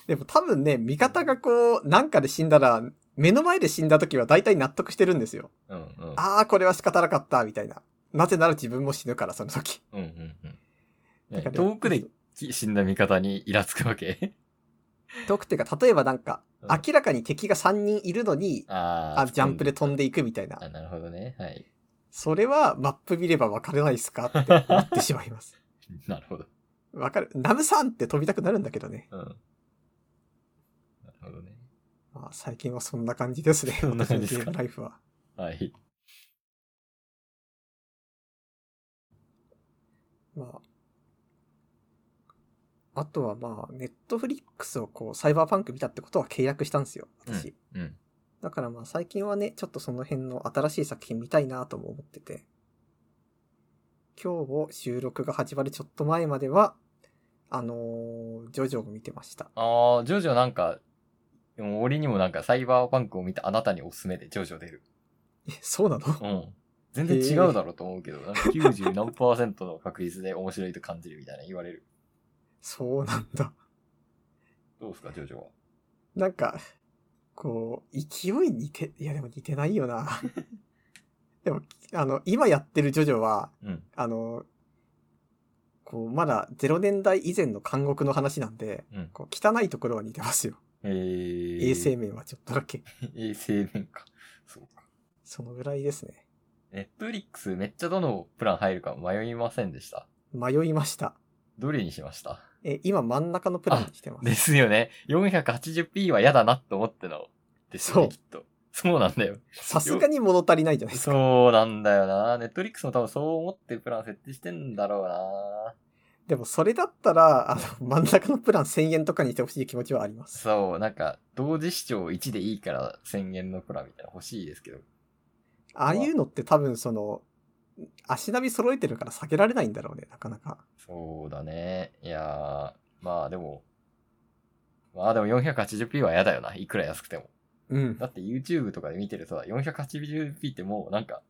A: でも多分ね、味方がこう、なんかで死んだら、目の前で死んだ時は大体納得してるんですよ。
B: うんうん。
A: ああ、これは仕方なかった、みたいな。なぜなら自分も死ぬから、その時。
B: うんうんうん。
A: だ
B: ね
A: から
B: 遠くでき死んだ味方にイラつくわけ
A: 遠くって いうか、例えばなんか、
B: うん
A: 明らかに敵が3人いるのに、
B: あー
A: あ、ジャンプで。飛んでいくみたいな
B: あ、。なるほど ね。はい。
A: それはマップ見れば分からないっすかって思ってしまい ます。
B: なるほど。
A: わかる。ナムさんって飛びたくなるんだけどね。
B: うん。なるほどね。
A: まあ、最近はそんな感じですね。
B: そんな
A: 私の
B: 感
A: ゲ
B: じです
A: ー
B: か
A: ムライフは。
B: はい。
A: まあ。あとはまあ、ネットフリックスをこう、サイバーパンク見たってことは契約したんですよ、私。
B: うん。
A: だからまあ、最近はね、ちょっとその辺の新しい作品見たいなとも思ってて。今日も収録が始まるちょっと前までは、あのージョジョを見てました。
B: ああ、ジョジョなんか、でも俺にもなんかサイバーパンクを見たあなたにおすすめでジョジョ出る。
A: え、そうなの
B: うん。全然違うだろうと思うけど、なんか90何パーセントの確率で面白いと感じるみたいな言われる。
A: そうなんだ。
B: どうですか、ジョジョは。
A: なんか、こう、勢い似て、いやでも似てないよ な。でも、あの、今やってるジョジョは、
B: うん。
A: あの、こう、まだ0年代以前の監獄の話なんで、
B: うん
A: こう汚いところは似てますよ。
B: えー、
A: 衛生。面はちょっとだけ。
B: 衛生面か。そうか。
A: そのぐらいですね。
B: ネットフリックスめっちゃどのプラン入るか迷いませんでした。
A: 迷いました。
B: どれにしました
A: え、今真ん中のプランにしてます。
B: ですよね。480p は嫌だなと思っての、ですよね、き
A: そ
B: っと。そうなんだよ。
A: さすがに物足りないじゃないですか。
B: そうなんだよな。ネットリックスも多分そう思ってプラン設定してんだろうな。
A: でもそれだったら、あの、真ん中のプラン1000円とかにしてほしい気持ちはあります。
B: そう、なんか、同時視聴1でいいから宣言のプランみたいなの欲しいですけど。
A: ああいうのって多分その、足並み揃えてるから避けられないんだろうね、なかなか。
B: そうだね。いやー、まあでも、まあでも 480p は嫌だよな。いくら安くても。
A: うん。
B: だって YouTube とかで見てるとさ、480p ってもうなんか、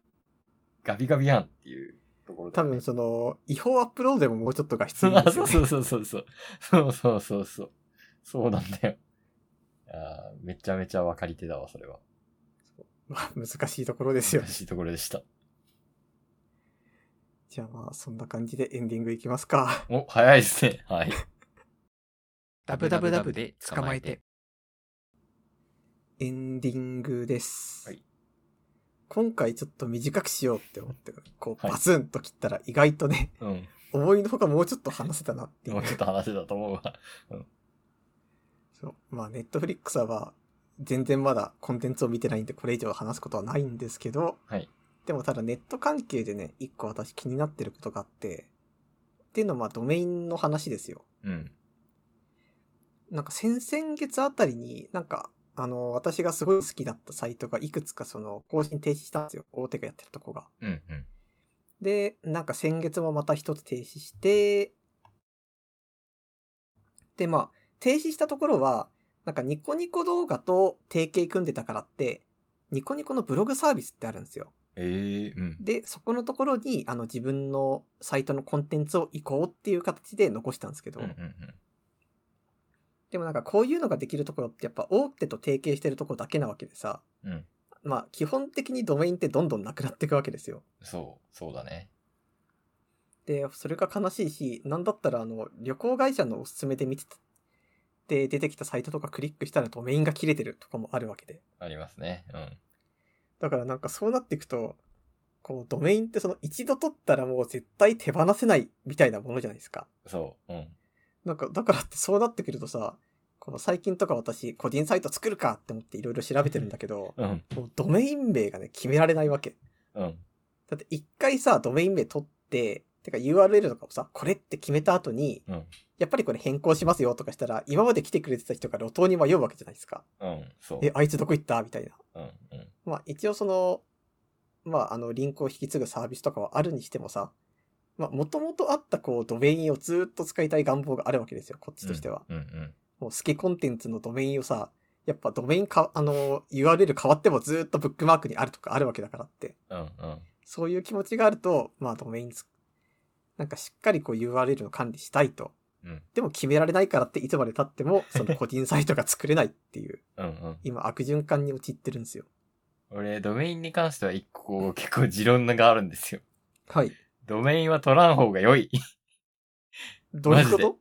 B: ガビガビやんっていうところだ
A: 多
B: よね
A: 分その、違法アップロードでももうちょっとが必
B: そ
A: 要なん
B: う
A: ですよ、ね。
B: そうそうそうそう。そうそうそうそう。そうなんだよ。あーめちゃめちゃ分かり手だわ、それは。
A: まあ難しいところですよ
B: 難。しいところでした。
A: じゃあまあ、そんな感じでエンディングいきますか。
B: お、早いですね。はい。
C: ダブダブダブで捕まえて。
A: エンディングです。
B: はい
A: 今回ちょっと短くしようって思って、こう、
B: はい
A: バツンと切ったら意外とね、
B: うん。
A: 思いのほかもうちょっと話せたなっていう
B: もう。ちょっと話だと思うわ。
A: そうまあ、ネットフリックスはまあ全然まだコンテンツを見てないんで、これ以上話すことはないんですけど、
B: はい
A: でもただネット関係でね、一個私気になってることがあって、っていうのはまあドメインの話ですよ。
B: うん。
A: なんか先々月あたりに、なんか、あの、私がすごい好きだったサイトがいくつかその更新停止したんですよ。大手がやってるとこが。
B: うん、うん。
A: で、なんか先月もまた一つ停止して、で、まあ、停止したところは、なんかニコニコ動画と提携組んでたからって、ニコニコのブログサービスってあるんですよ。
B: ええうん。
A: で、そこのところに、あの、自分のサイトのコンテンツを移行っていう形で残したんですけど、
B: うん、うん、うん。
A: でもなんかこういうのができるところってやっぱ大手と提携してるところだけなわけでさ、
B: うん
A: まあ、基本的にドメインってどんどんなくなっていくわけですよ。
B: そう、そうだね。
A: で、それが悲しいし、なんだったらあの、旅行会社のおすすめで見てた、で出てきたサイトとかクリックしたらドメインが切れてるとかもあるわけで。
B: ありますね。うん。
A: だからなんかそうなっていくと、こう、ドメインってその一度取ったらもう絶対手放せないみたいなものじゃないですか。
B: そう、うん。
A: なんか、だからってそうなってくるとさ、この最近とか私、個人サイト作るかって思っていろいろ調べてるんだけど、
B: うん、
A: もうドメイン名がね、決められないわけ。
B: うん。
A: だって一回さ、ドメイン名取って、てか URL とかをさ、これって決めた後に、
B: うん
A: やっぱりこれ変更しますよとかしたら、今まで来てくれてた人が路頭に迷うわけじゃないですか。
B: うん、そう。
A: え、あいつどこ行ったみたいな。
B: うん、うん。
A: まあ一応その、まああの、リンクを引き継ぐサービスとかはあるにしてもさ、まあもともとあったこう、ドメインをずっと使いたい願望があるわけですよ、こっちとしては。
B: うん、うん。
A: もう好きコンテンツのドメインをさ、やっぱドメインか、あの、URL 変わってもずっとブックマークにあるとかあるわけだからって。
B: うん、うん。
A: そういう気持ちがあると、まあドメインつ、なんかしっかりこう URL の管理したいと。
B: うん
A: でも決められないからっていつまで経っても、その個人サイトが作れないっていう、
B: うん、うん。
A: 今悪循環に陥ってるんですよ。
B: 俺、ドメインに関しては一個 結構持論があるんですよ。
A: はい。
B: ドメインは取らん方が良い。
A: どういうこ
B: マジ
A: と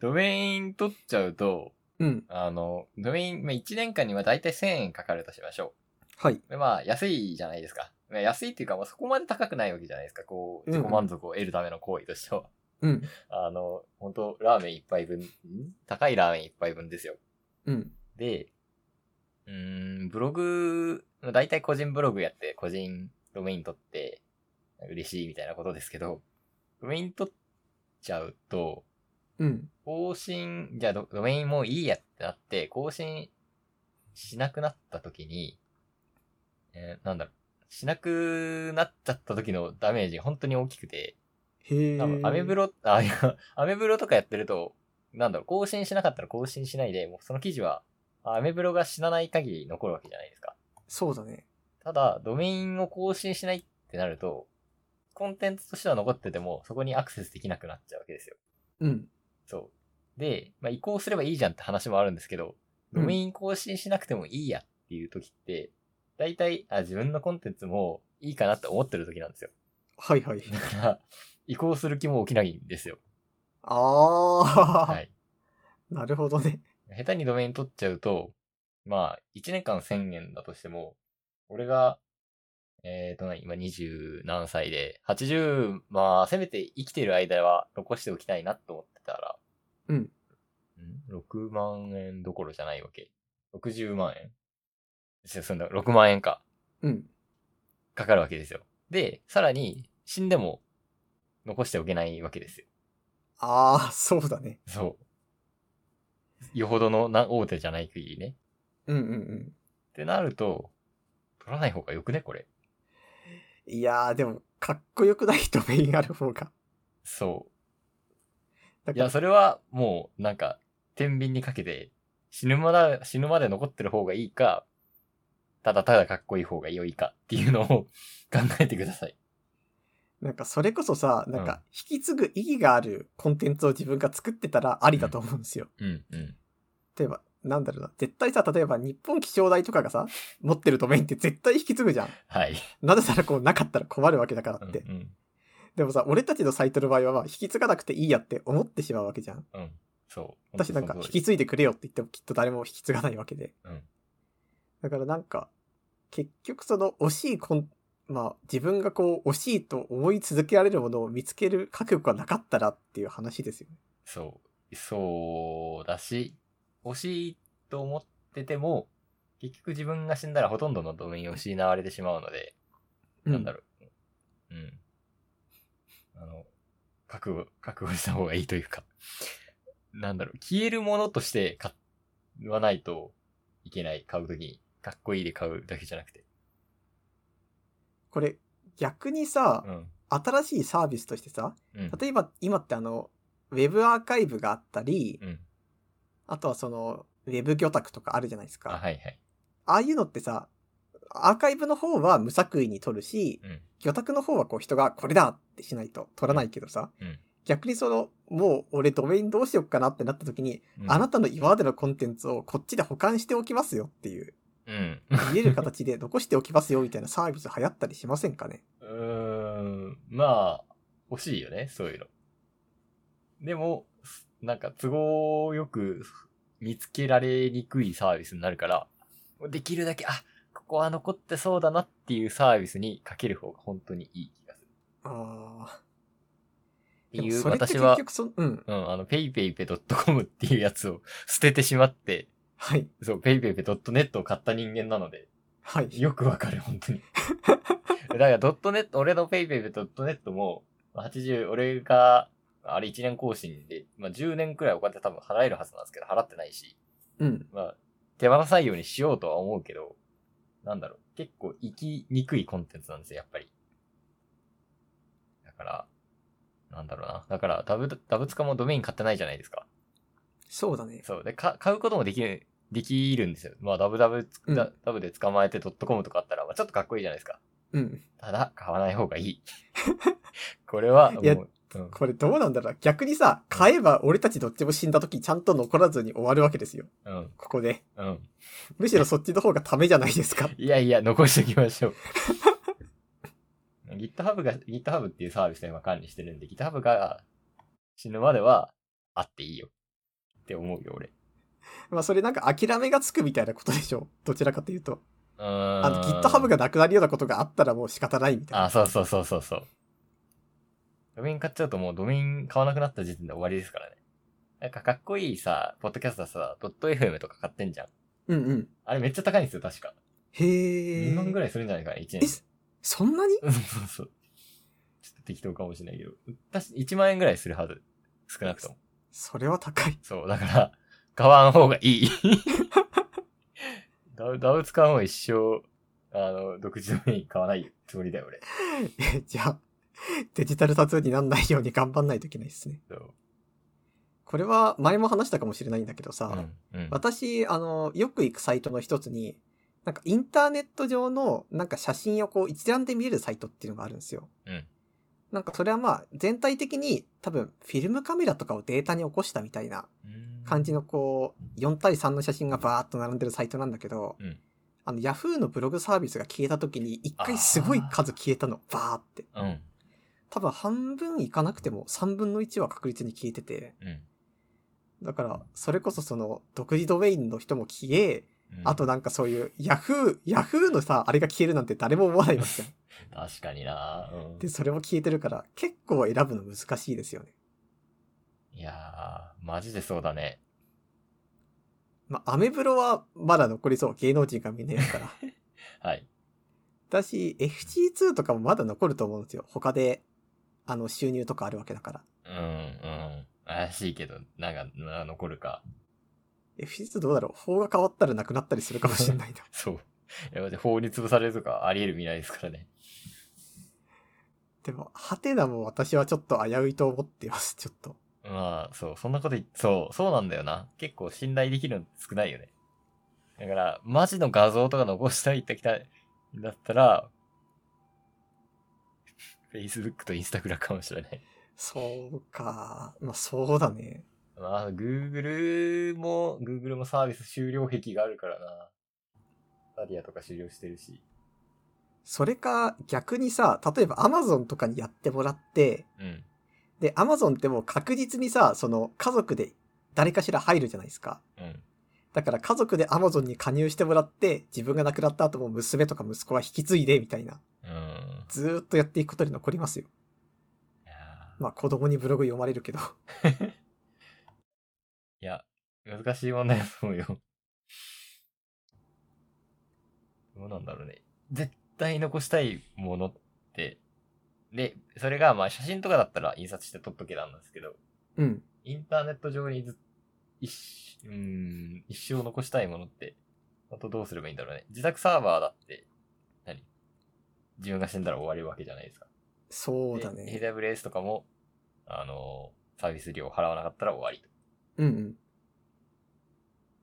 B: ドメイン取っちゃうと、
A: うん。
B: あの、ドメイン、まあ、1年間には大体1000円かかるとしましょ
A: はい。
B: う。でまあ、安いじゃないですか。まあ安いっていうか、まあ、そこまで高くないわけじゃないですか。こう、
A: うんうん
B: 自己満足を得るための行為としては。
A: うん。
B: あの、本当ラーメン一杯分、ん高いラーメン一杯分ですよ。
A: うん。
B: で、うーん、ブログ、まあ大体個人ブログやって、個人ドメイン取って、嬉しいみたいなことですけど、ドメイン取っちゃうと、
A: うん。
B: 更新、じゃあドドメインもういいやってなって、更新しなくなった時に、えーなんだろう、しなくなっちゃった時のダメージ本当に大きくて、
A: へえ。
B: 多分アメブロ、あ、いや、アメブロとかやってると、なんだろう、更新しなかったら更新しないで、もうその記事は、アメブロが死なない限り残るわけじゃないですか。
A: そうだね。
B: ただ、ドメインを更新しないってなると、コンテンツとしては残ってても、そこにアクセスできなくなっちゃうわけですよ。
A: うん。
B: そう。で、まあ、移行すればいいじゃんって話もあるんですけど、ドメイン更新しなくてもいいやっていう時って、大体、あ、自分のコンテンツもいいかなって思ってる時なんですよ。
A: はいはい。
B: だから、移行する気も起きないんですよ。
A: ああ、
B: はい。
A: なるほどね。
B: 下手にドメイン取っちゃうと、まあ、1年間1000円だとしても、俺が、えーとね、今20何歳で、80、まあ、せめて生きてる間は残しておきたいなと思ってたら、
A: うん。
B: ん ?6 万円どころじゃないわけ。60万円ですよそんな、6万円か。
A: うん。
B: かかるわけですよ。で、さらに、死んでも、残しておけないわけですよ。
A: ああ、そうだね。
B: そう。よほどのな大手じゃない限りね。
A: うんうんうん。
B: ってなると、取らない方がよくね、これ。
A: いやー、でも、かっこよくないドメインある方が。
B: そ
A: だ
B: う。い
A: から
B: や、それは、もう、なんか、天秤にかけて、死ぬまで、死ぬまで残ってる方がいいか、ただただかっこいい方が良いかっていうのを考えてください。
A: なんかそれこそさ、なん
B: うん
A: か引き継ぐ意義があるコンテンツを自分が作ってたらありだと思うんですよ。
B: うん、うん。
A: 例えば、なんだろうな。絶対さ、例えば日本気象台とかがさ、持ってるドメインって絶対引き継ぐじゃん。
B: はい。
A: なぜならこうなかったら困るわけだから
B: う
A: っ
B: ん
A: て。
B: うん。
A: でもさ、俺たちのサイトの場合はまあ引き継がなくていいやって思ってしまうわけじゃん。
B: うん。そう。
A: 私なんか
B: 本当
A: 引
B: に
A: き継いでくれよって言ってもきっと誰も引き継がないわけで。
B: その通り
A: だからなんか、結局その惜しいコン、まあ自分がこう惜しいと思い続けられるものを見つける覚悟がなかったらっていう話ですよね。
B: そう。そうだし、惜しいと思ってても、結局自分が死んだらほとんどのドメインを失われてしまうので、なんだろう。うん。あの、覚悟、覚悟した方がいいというか、なんだろう、消えるものとして買わないといけない、買うときに。かっこいいで買うだけじゃなくて。
A: これ逆にさ、
B: うん。
A: 新しいサービスとしてさ
B: うん。
A: 例えば今ってあのウェブアーカイブがあったり、
B: うん。
A: あとはそのウェブ魚拓とかあるじゃないですか、
B: あ、
A: あ
B: はいはい。
A: あいうのってさアーカイブの方は無作為に取るし
B: うん。
A: 魚拓の方はこう人がこれだってしないと取らないけどさ、
B: うん
A: 逆にそのもう俺ドメインどうしよっかなってなった時に、
B: うん
A: あなたの今までのコンテンツをこっちで保管しておきますよって いう
B: うん。
A: 見える形で残しておきますよみたいなサービス流行ったりしませんかね
B: うーん、まあ、欲しいよね、そういうの。でも、すなんか都合よく見つけられにくいサービスになるから、できるだけ、あ、ここは残ってそうだなっていうサービスにかける方が本当にいい気がする。
A: ああ
B: っていう、
A: それって
B: 私
A: 結
B: は、
A: 局そ、うん。
B: うん、あの、paypaypay.com っていうやつを捨ててしまって、
A: はい。
B: そう、paypaypay.net を買った人間なので、
A: はい。
B: よくわかる、本 当に。だから、ドットネット、俺のペイペイペドットネットも、80、俺が、あれ1年更新で、まあ、10年くらいお金多分払えるはずなんですけど、払ってないし、
A: うん。
B: まあ、手放さないようにしようとは思うけど、なんだろう、結構生きにくいコンテンツなんですよ、やっぱり。だから、なんだろうな。だから、ダブ、ダブツカもドメイン買ってないじゃないですか。
A: そうだね。
B: そう。で、か、買うこともできる、できるんですよ。まあ、ダブダブ、
A: うん
B: ダダブで捕まえてドットコムとかあったら、まあ、ちょっとかっこいいじゃないですか。
A: うん。
B: ただ、買わない方がい い。これは、もう、
A: いや
B: うん
A: これどうなんだろう。逆にさ、買えば俺たちどっちも死んだ時ちゃんと残らずに終わるわけですよ。
B: うん、
A: ここで。
B: うん。
A: むしろそっちの方がためじゃないですか。
B: いやいや、残しておきましょう。GitHub が、GitHub っていうサービスで今管理してるんで、GitHub が死ぬまではあっていいよ。って思うよ、俺。
A: まあそれなんか諦めがつくみたいなことでしょ。 どちらかというと。
B: うーん。
A: あの GitHub がなくなるようなことがあったらもう仕方ないみたいな。
B: あ、そうそうそうそうそう。ドメイン買っちゃうともうドメイン買わなくなった時点で終わりですからね。なんかかっこいいさ、ポッドキャスターさ、ドット FM とか買ってんじゃん。
A: うんうん。
B: あれめっちゃ高いんですよ、確か。
A: へえ。
B: 2万ぐ
A: らい。
B: らいするんじゃないかな、1年
A: え。そんなに
B: そうそうそう。ちょっと適当かもしれないけど。確か1万円ぐらいするはず。少なくとも。
A: それは高い。
B: そう、だから、買わん方がいい。 ダウ、ダウ使うも一生、あの、独自のメイン買わないつもりだよ、俺。
A: えじゃあ、デジタルタトゥーになんないように頑張んないといけないですね。
B: そう。
A: これは前も話したかもしれないんだけどさ、
B: うん。うん。
A: 私、あの、よく行くサイトの一つに、なんかインターネット上のなんか写真をこう一覧で見れるサイトっていうのがあるんですよ。
B: うん
A: なんかそれはまあ全体的に多分フィルムカメラとかをデータに起こしたみたいな感じのこう4対3の写真がバーっと並んでるサイトなんだけど、
B: うん
A: あの Yahoo のブログサービスが消えた時に一回すごい数消えたの、バーって。
B: うん。
A: 多分半分いかなくても3分の1は確率に消えてて、
B: うん。
A: だからそれこそその独自ドメインの人も消え、あと
B: だ。
A: なんかそういう、ヤフー、ヤフーのさ、あれが消えるなんて誰も思わないわけじゃん。
B: 確かになうん
A: で、それも消えてるから、結構選ぶの難しいですよね。
B: いやー、マジでそうだね。
A: まあ、アメブロはまだ残りそう。芸能人がみんなやるから。
B: はい。
A: だし、FC2 とかもまだ残ると思うんですよ。他で、あの、収入とかあるわけだから。
B: うん、うん。怪しいけど、なんか、な残るか。
A: FC2 どうだろう法が変わったらなくなったりするかもしれないな。
B: そう。いや、だって法に潰されるとかあり得る未来ですからね。
A: でも、ハテナも私はちょっと危ういと思ってます、ちょっと。
B: まあ、そう、そんなこと言っそう、そうなんだよな。結構信頼できるの少ないよね。だから、マジの画像とか残したいってきたんだったら、Facebook と Instagram かもしれない。
A: そうか。まあ、そうだね。
B: まあ、Google も、Google もサービス終了壁があるからな。スタディアとか終了してるし。
A: それか、逆にさ、例えば Amazon とかにやってもらって、
B: うん。
A: で、Amazon ってもう確実にさ、その、家族で誰かしら入るじゃないですか。
B: うん。
A: だから家族で Amazon に加入してもらって、自分が亡くなった後も娘とか息子は引き継いで、みたいな。
B: うん。
A: ずーっとやっていくことに残りますよ。
B: いやー
A: まあ子供にブログ読まれるけど。
B: いや、難しい問題だと思うよ。 どうなんだろうね。絶対残したいものって、で、それがまあ写真とかだったら印刷して撮っとけなんですけど、
A: うん。
B: インターネット上にず一うーん一生残したいものって、あとどうすればいいんだろうね。自宅サーバーだって、何自分が死んだら終わるわけじゃないですか。
A: そう
B: で
A: だね。
B: AWS とかも、あのーサービス料払わなかったら終わりと。
A: うん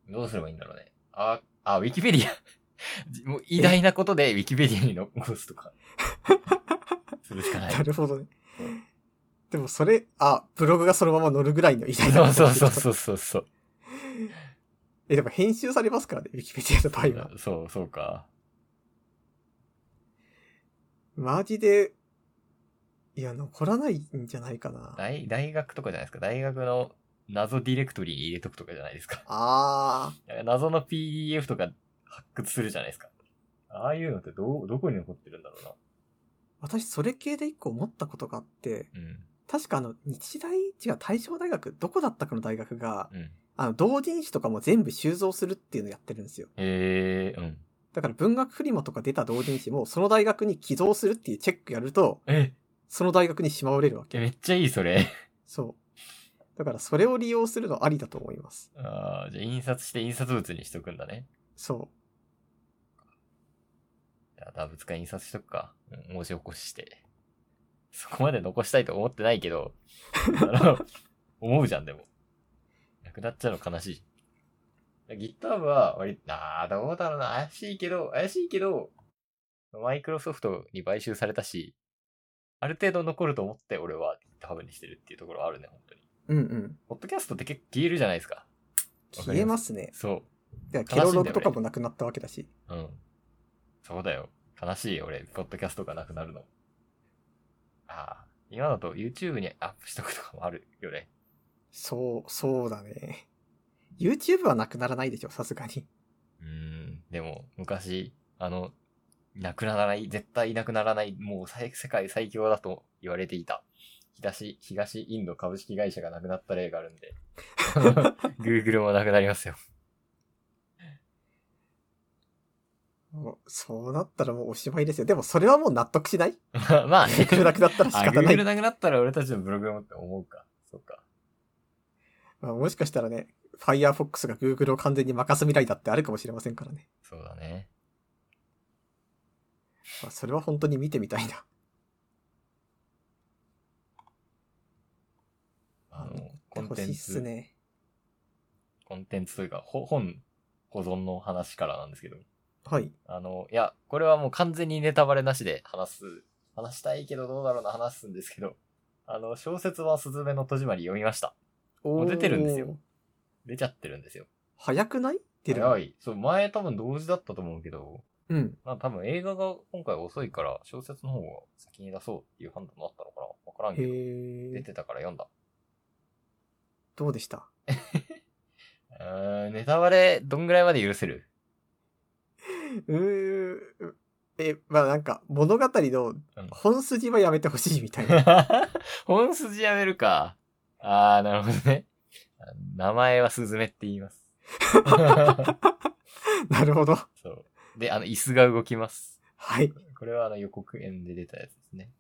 A: うん。
B: どうすればいいんだろうね。あ、あ、ウィキペディア。じ もう偉大なことでウィキペディアに残す とか。するしかない。
A: なるほどね
B: うん。
A: でもそれ、あ、ブログがそのまま載るぐらいの偉大な
B: そ
A: こ
B: う
A: と。
B: そうそうそううそうそう。
A: え、でも編集されますからね、ウィキペディアの場合は。
B: そう、そうか。
A: マジで、いや、残らないんじゃないかな。
B: 大、大学とかじゃないですか。大学の謎ディレクトリーに入れとくとかじゃないですか。
A: あ
B: だから謎の PDF とか発掘するじゃないですか。ああいうのってどう、どこに残ってるんだろ
A: ー、私それ系で一個思ったことがあって、
B: うな。
A: 確かあの、日大、違う、大正大学、どこだったかの大学が、
B: うん。うん。
A: あの、同人誌とかも全部収蔵するっていうのをやってるんですよ。
B: ええー、うん。
A: だから文学フリマとか出た同人誌も、その大学に寄贈するっていうチェックやると、
B: え、
A: その大学にしまわれるわけ。
B: めっちゃいい、それ。
A: そう。だからそれを利用するのありだと思います。
B: ああ、じゃあ印刷して印刷物にしとくんだね。
A: そ
B: じゃあ、ダブツカ印刷しとくか。うん文字起こしして。そこまで残したいと思ってないけど、あの、 思うじゃん、でも。なくなっちゃうの悲しい。GitHub は割、あー、どうだろうな。怪しいけど、怪しいけど、マイクロソフトに買収されたし、ある程度残ると思って俺は GitHub にしてるっていうところはあるね、本当に。
A: う。うんうん。
B: ポッドキャストって結構消えるじゃないですか。わか
A: 消
B: り
A: え
B: ま
A: ますね。
B: そう。
A: いや、ケロログとかもなくなったわけだし。
B: うん。そうだよ。悲しいよ、俺。ポッドキャストがなくなるの。ああ。今だと YouTube にアップしとくとかもあるよね。
A: そう、そうだね。YouTube はなくならないでしょ、さすがに。
B: うーん。でも、昔、あの、なくならない、絶対なくならない、もう最世界最強だと言われていた。東、東インド株式会社がなくなった例がある んで。Google もなくなりますよ。
A: もうそうなったらもうおしまいですよ。でもそれはもう納得しない
B: まあね。
A: Google なくなったら仕
B: あ、
A: 方ない
B: Google なくなったら俺たちのブログもって思うか。そっか。
A: まあ、もしかしたらね、Firefox が Google を完全に任す未来だってあるかもしれませんからね。
B: そうだね。
A: まあ、それは本当に見てみたいな。
B: あ
A: あ
B: の、コン
A: 欲
B: テ
A: しい
B: ン
A: っす
B: ツ
A: ね。
B: コンテンツというか、ほ本保存の話からなんですけど、
A: はい。
B: あの、いや、これはもう完全にネタバレなしで話す、話したいけどどうだろうな話すんですけど、あの、小説はすずめの戸締まり読みました。
A: お
B: う出てるんですよ
A: ー。
B: 出ちゃってるんですよ。
A: 早くない出るの
B: 早い。そう、前多分同時だったと思うけど、
A: うん。
B: まあ多分映画が今回遅いから、小説の方が先に出そうっていう判断だったのかなわからん
A: へ
B: けど、出
A: え。
B: てたから読んだ。
A: どうでした
B: うーん、ネタバレどんぐらいまで許せる
A: うーえ、まあなんか、物語の
B: うん
A: 本筋はやめてほしいみたいな。
B: 本筋やめるか。あー、なるほどね。名前はスズメって言います。
A: なるほど。
B: そう。で、あの、椅子が動きます。
A: はい。
B: これはあの予告編で出たやつですね。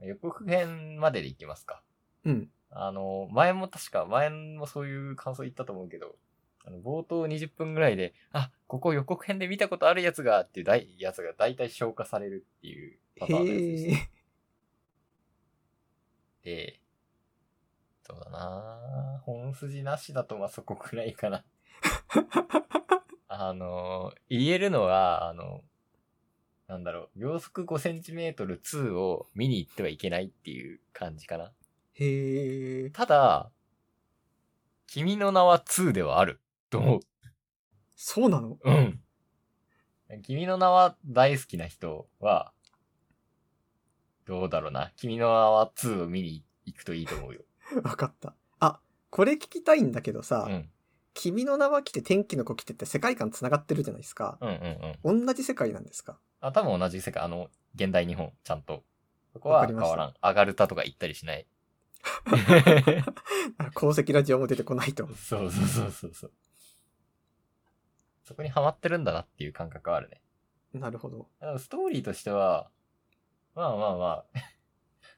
B: 予告編まででいきますか。
A: うん。
B: あの、前も確か、前もそういう感想言ったと思うけど、あの冒頭20分ぐらいで、あ、ここ予告編で見たことあるやつが、っていうだいやつが大体消化されるっていうパターンのやつで
A: へ
B: し
A: え。
B: て、でそうだなぁ本筋なしだとまあそこくらい かな。あの、言えるのは、あの、なんだろう、秒速 5cm2 を見に行ってはいけないっていう感じかな。
A: へえ。
B: ただ、君の名は2ではある。と思う。
A: そうなの
B: うん。君の名は大好きな人は、どうだろうな。君の名は2を見に行くといいと思うよ。
A: わかった。あ、これ聞きたいんだけど
B: う
A: さ、
B: ん。
A: 君の名は来て天気の子来てって世界観繋がってるじゃないですか。
B: うんうんうん。
A: 同じ世界なんですか
B: あ、多分同じ世界、あの、現代日本、ちゃんと。そこ
A: わ
B: は
A: かり
B: 変
A: ました
B: わらん。上がるたとか言ったり しない。
A: あ鉱石ラジオも出てこないと。
B: そうそうそうそうそう。そこにハマってるんだなっていう感覚はあるね。
A: なるほど。
B: あのストーリーとしては、まあまあま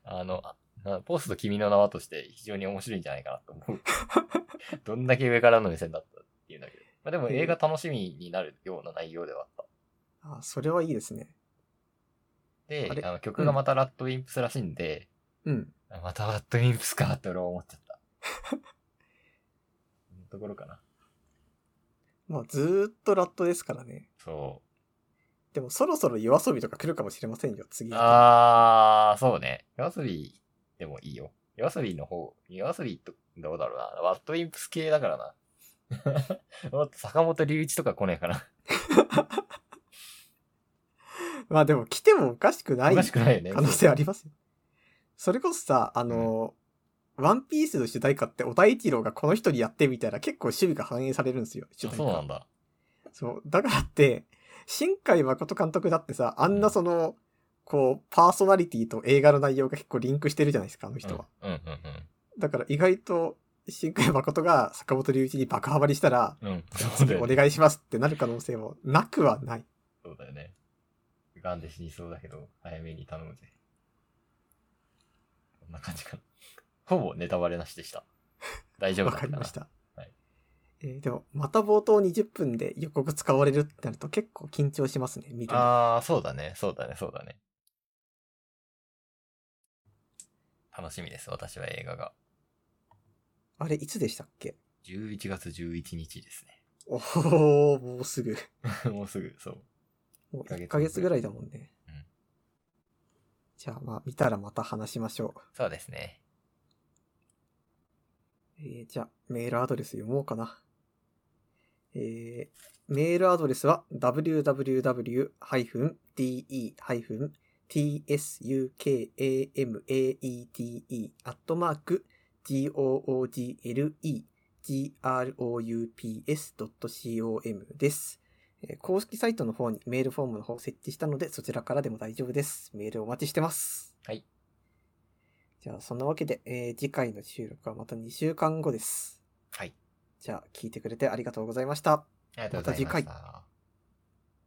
B: あ、あ の、あなポスト君の名はとして非常に面白いんじゃないかなと思 う。どんだけ上からの目線だったっていうんだけど。まあでも映画楽しみになるような内容ではあった。
A: あ、それはいいですね。あ
B: で、
A: れ
B: あの曲がまたラッドウィンプスらしいんで、
A: うん。
B: あまたラッドウィンプスかって俺は思っちゃった。 そんなところかな。
A: まあ、ずーっとラットですからね。
B: そ
A: でも、そろそろ夜遊びとか来るかもしれませんよ、次
B: う。。あー、そうね。夜遊びでもいいよ。夜遊びの方、夜遊びと、どうだろうな。ワットインプス系だからな。 もっと坂本龍一とか来ねえかな。
A: まあでも、来てもおかしくない
B: おかしくないよね。
A: 可能性ありますよ。それこそさ、あの、ワンピースの主題歌って、小田一郎がこの人にやってみたら結構趣味が反映されるんですよ、主
B: あ
A: 題歌。
B: そうなんだ。
A: そう。だからって、新海誠監督だってさ、あんなその、こう、パーソナリティと映画の内容が結構リンクしてるじゃないですか、あの人は。
B: うんうん
A: だから意外と、新海誠が坂本龍一に爆ハマりしたら、
B: うんう ん。うん。そうだよ
A: お
B: ね。
A: 願いしますってなる可能性もなくはない。
B: そうだよね。ガンで死にそうだけど、早めに頼むぜ。こんな感じかな。 ほぼネタバレなしでした。大丈夫
A: わ
B: だっ
A: か
B: たか
A: り
B: な
A: まし。た。
B: はい
A: えーでも、また冒頭20分で予告使われるってなると結構緊張しますね、見るの
B: あー、そうだね、そうだね、そうだね。楽しみです、私は映画が。
A: あれ、いつでしたっけ
B: 11月11日です
A: おおもうすぐ。
B: ね。 もうすぐ、そう。
A: もう
B: 一ヶ月
A: 1ヶ月ぐらいだもんね。
B: うん
A: じゃあ、まあ、見たらまた話しましょ
B: そうですね。
A: う。えーじゃあ、メールアドレス読もうかな。えーメールアドレスは www-de-tsukamate.google.groups.com です。えー公式サイトの方にメールフォームの方を設置したので、そちらからでも大丈夫です。メールお待ちしてます。
B: はい。
A: じゃあ、そんなわけで、えー次回の収録はまた2週間後です。
B: はい。
A: じゃあ、聞いてくれてありがとうございました。
B: ありがとうございました。
A: また
B: 回。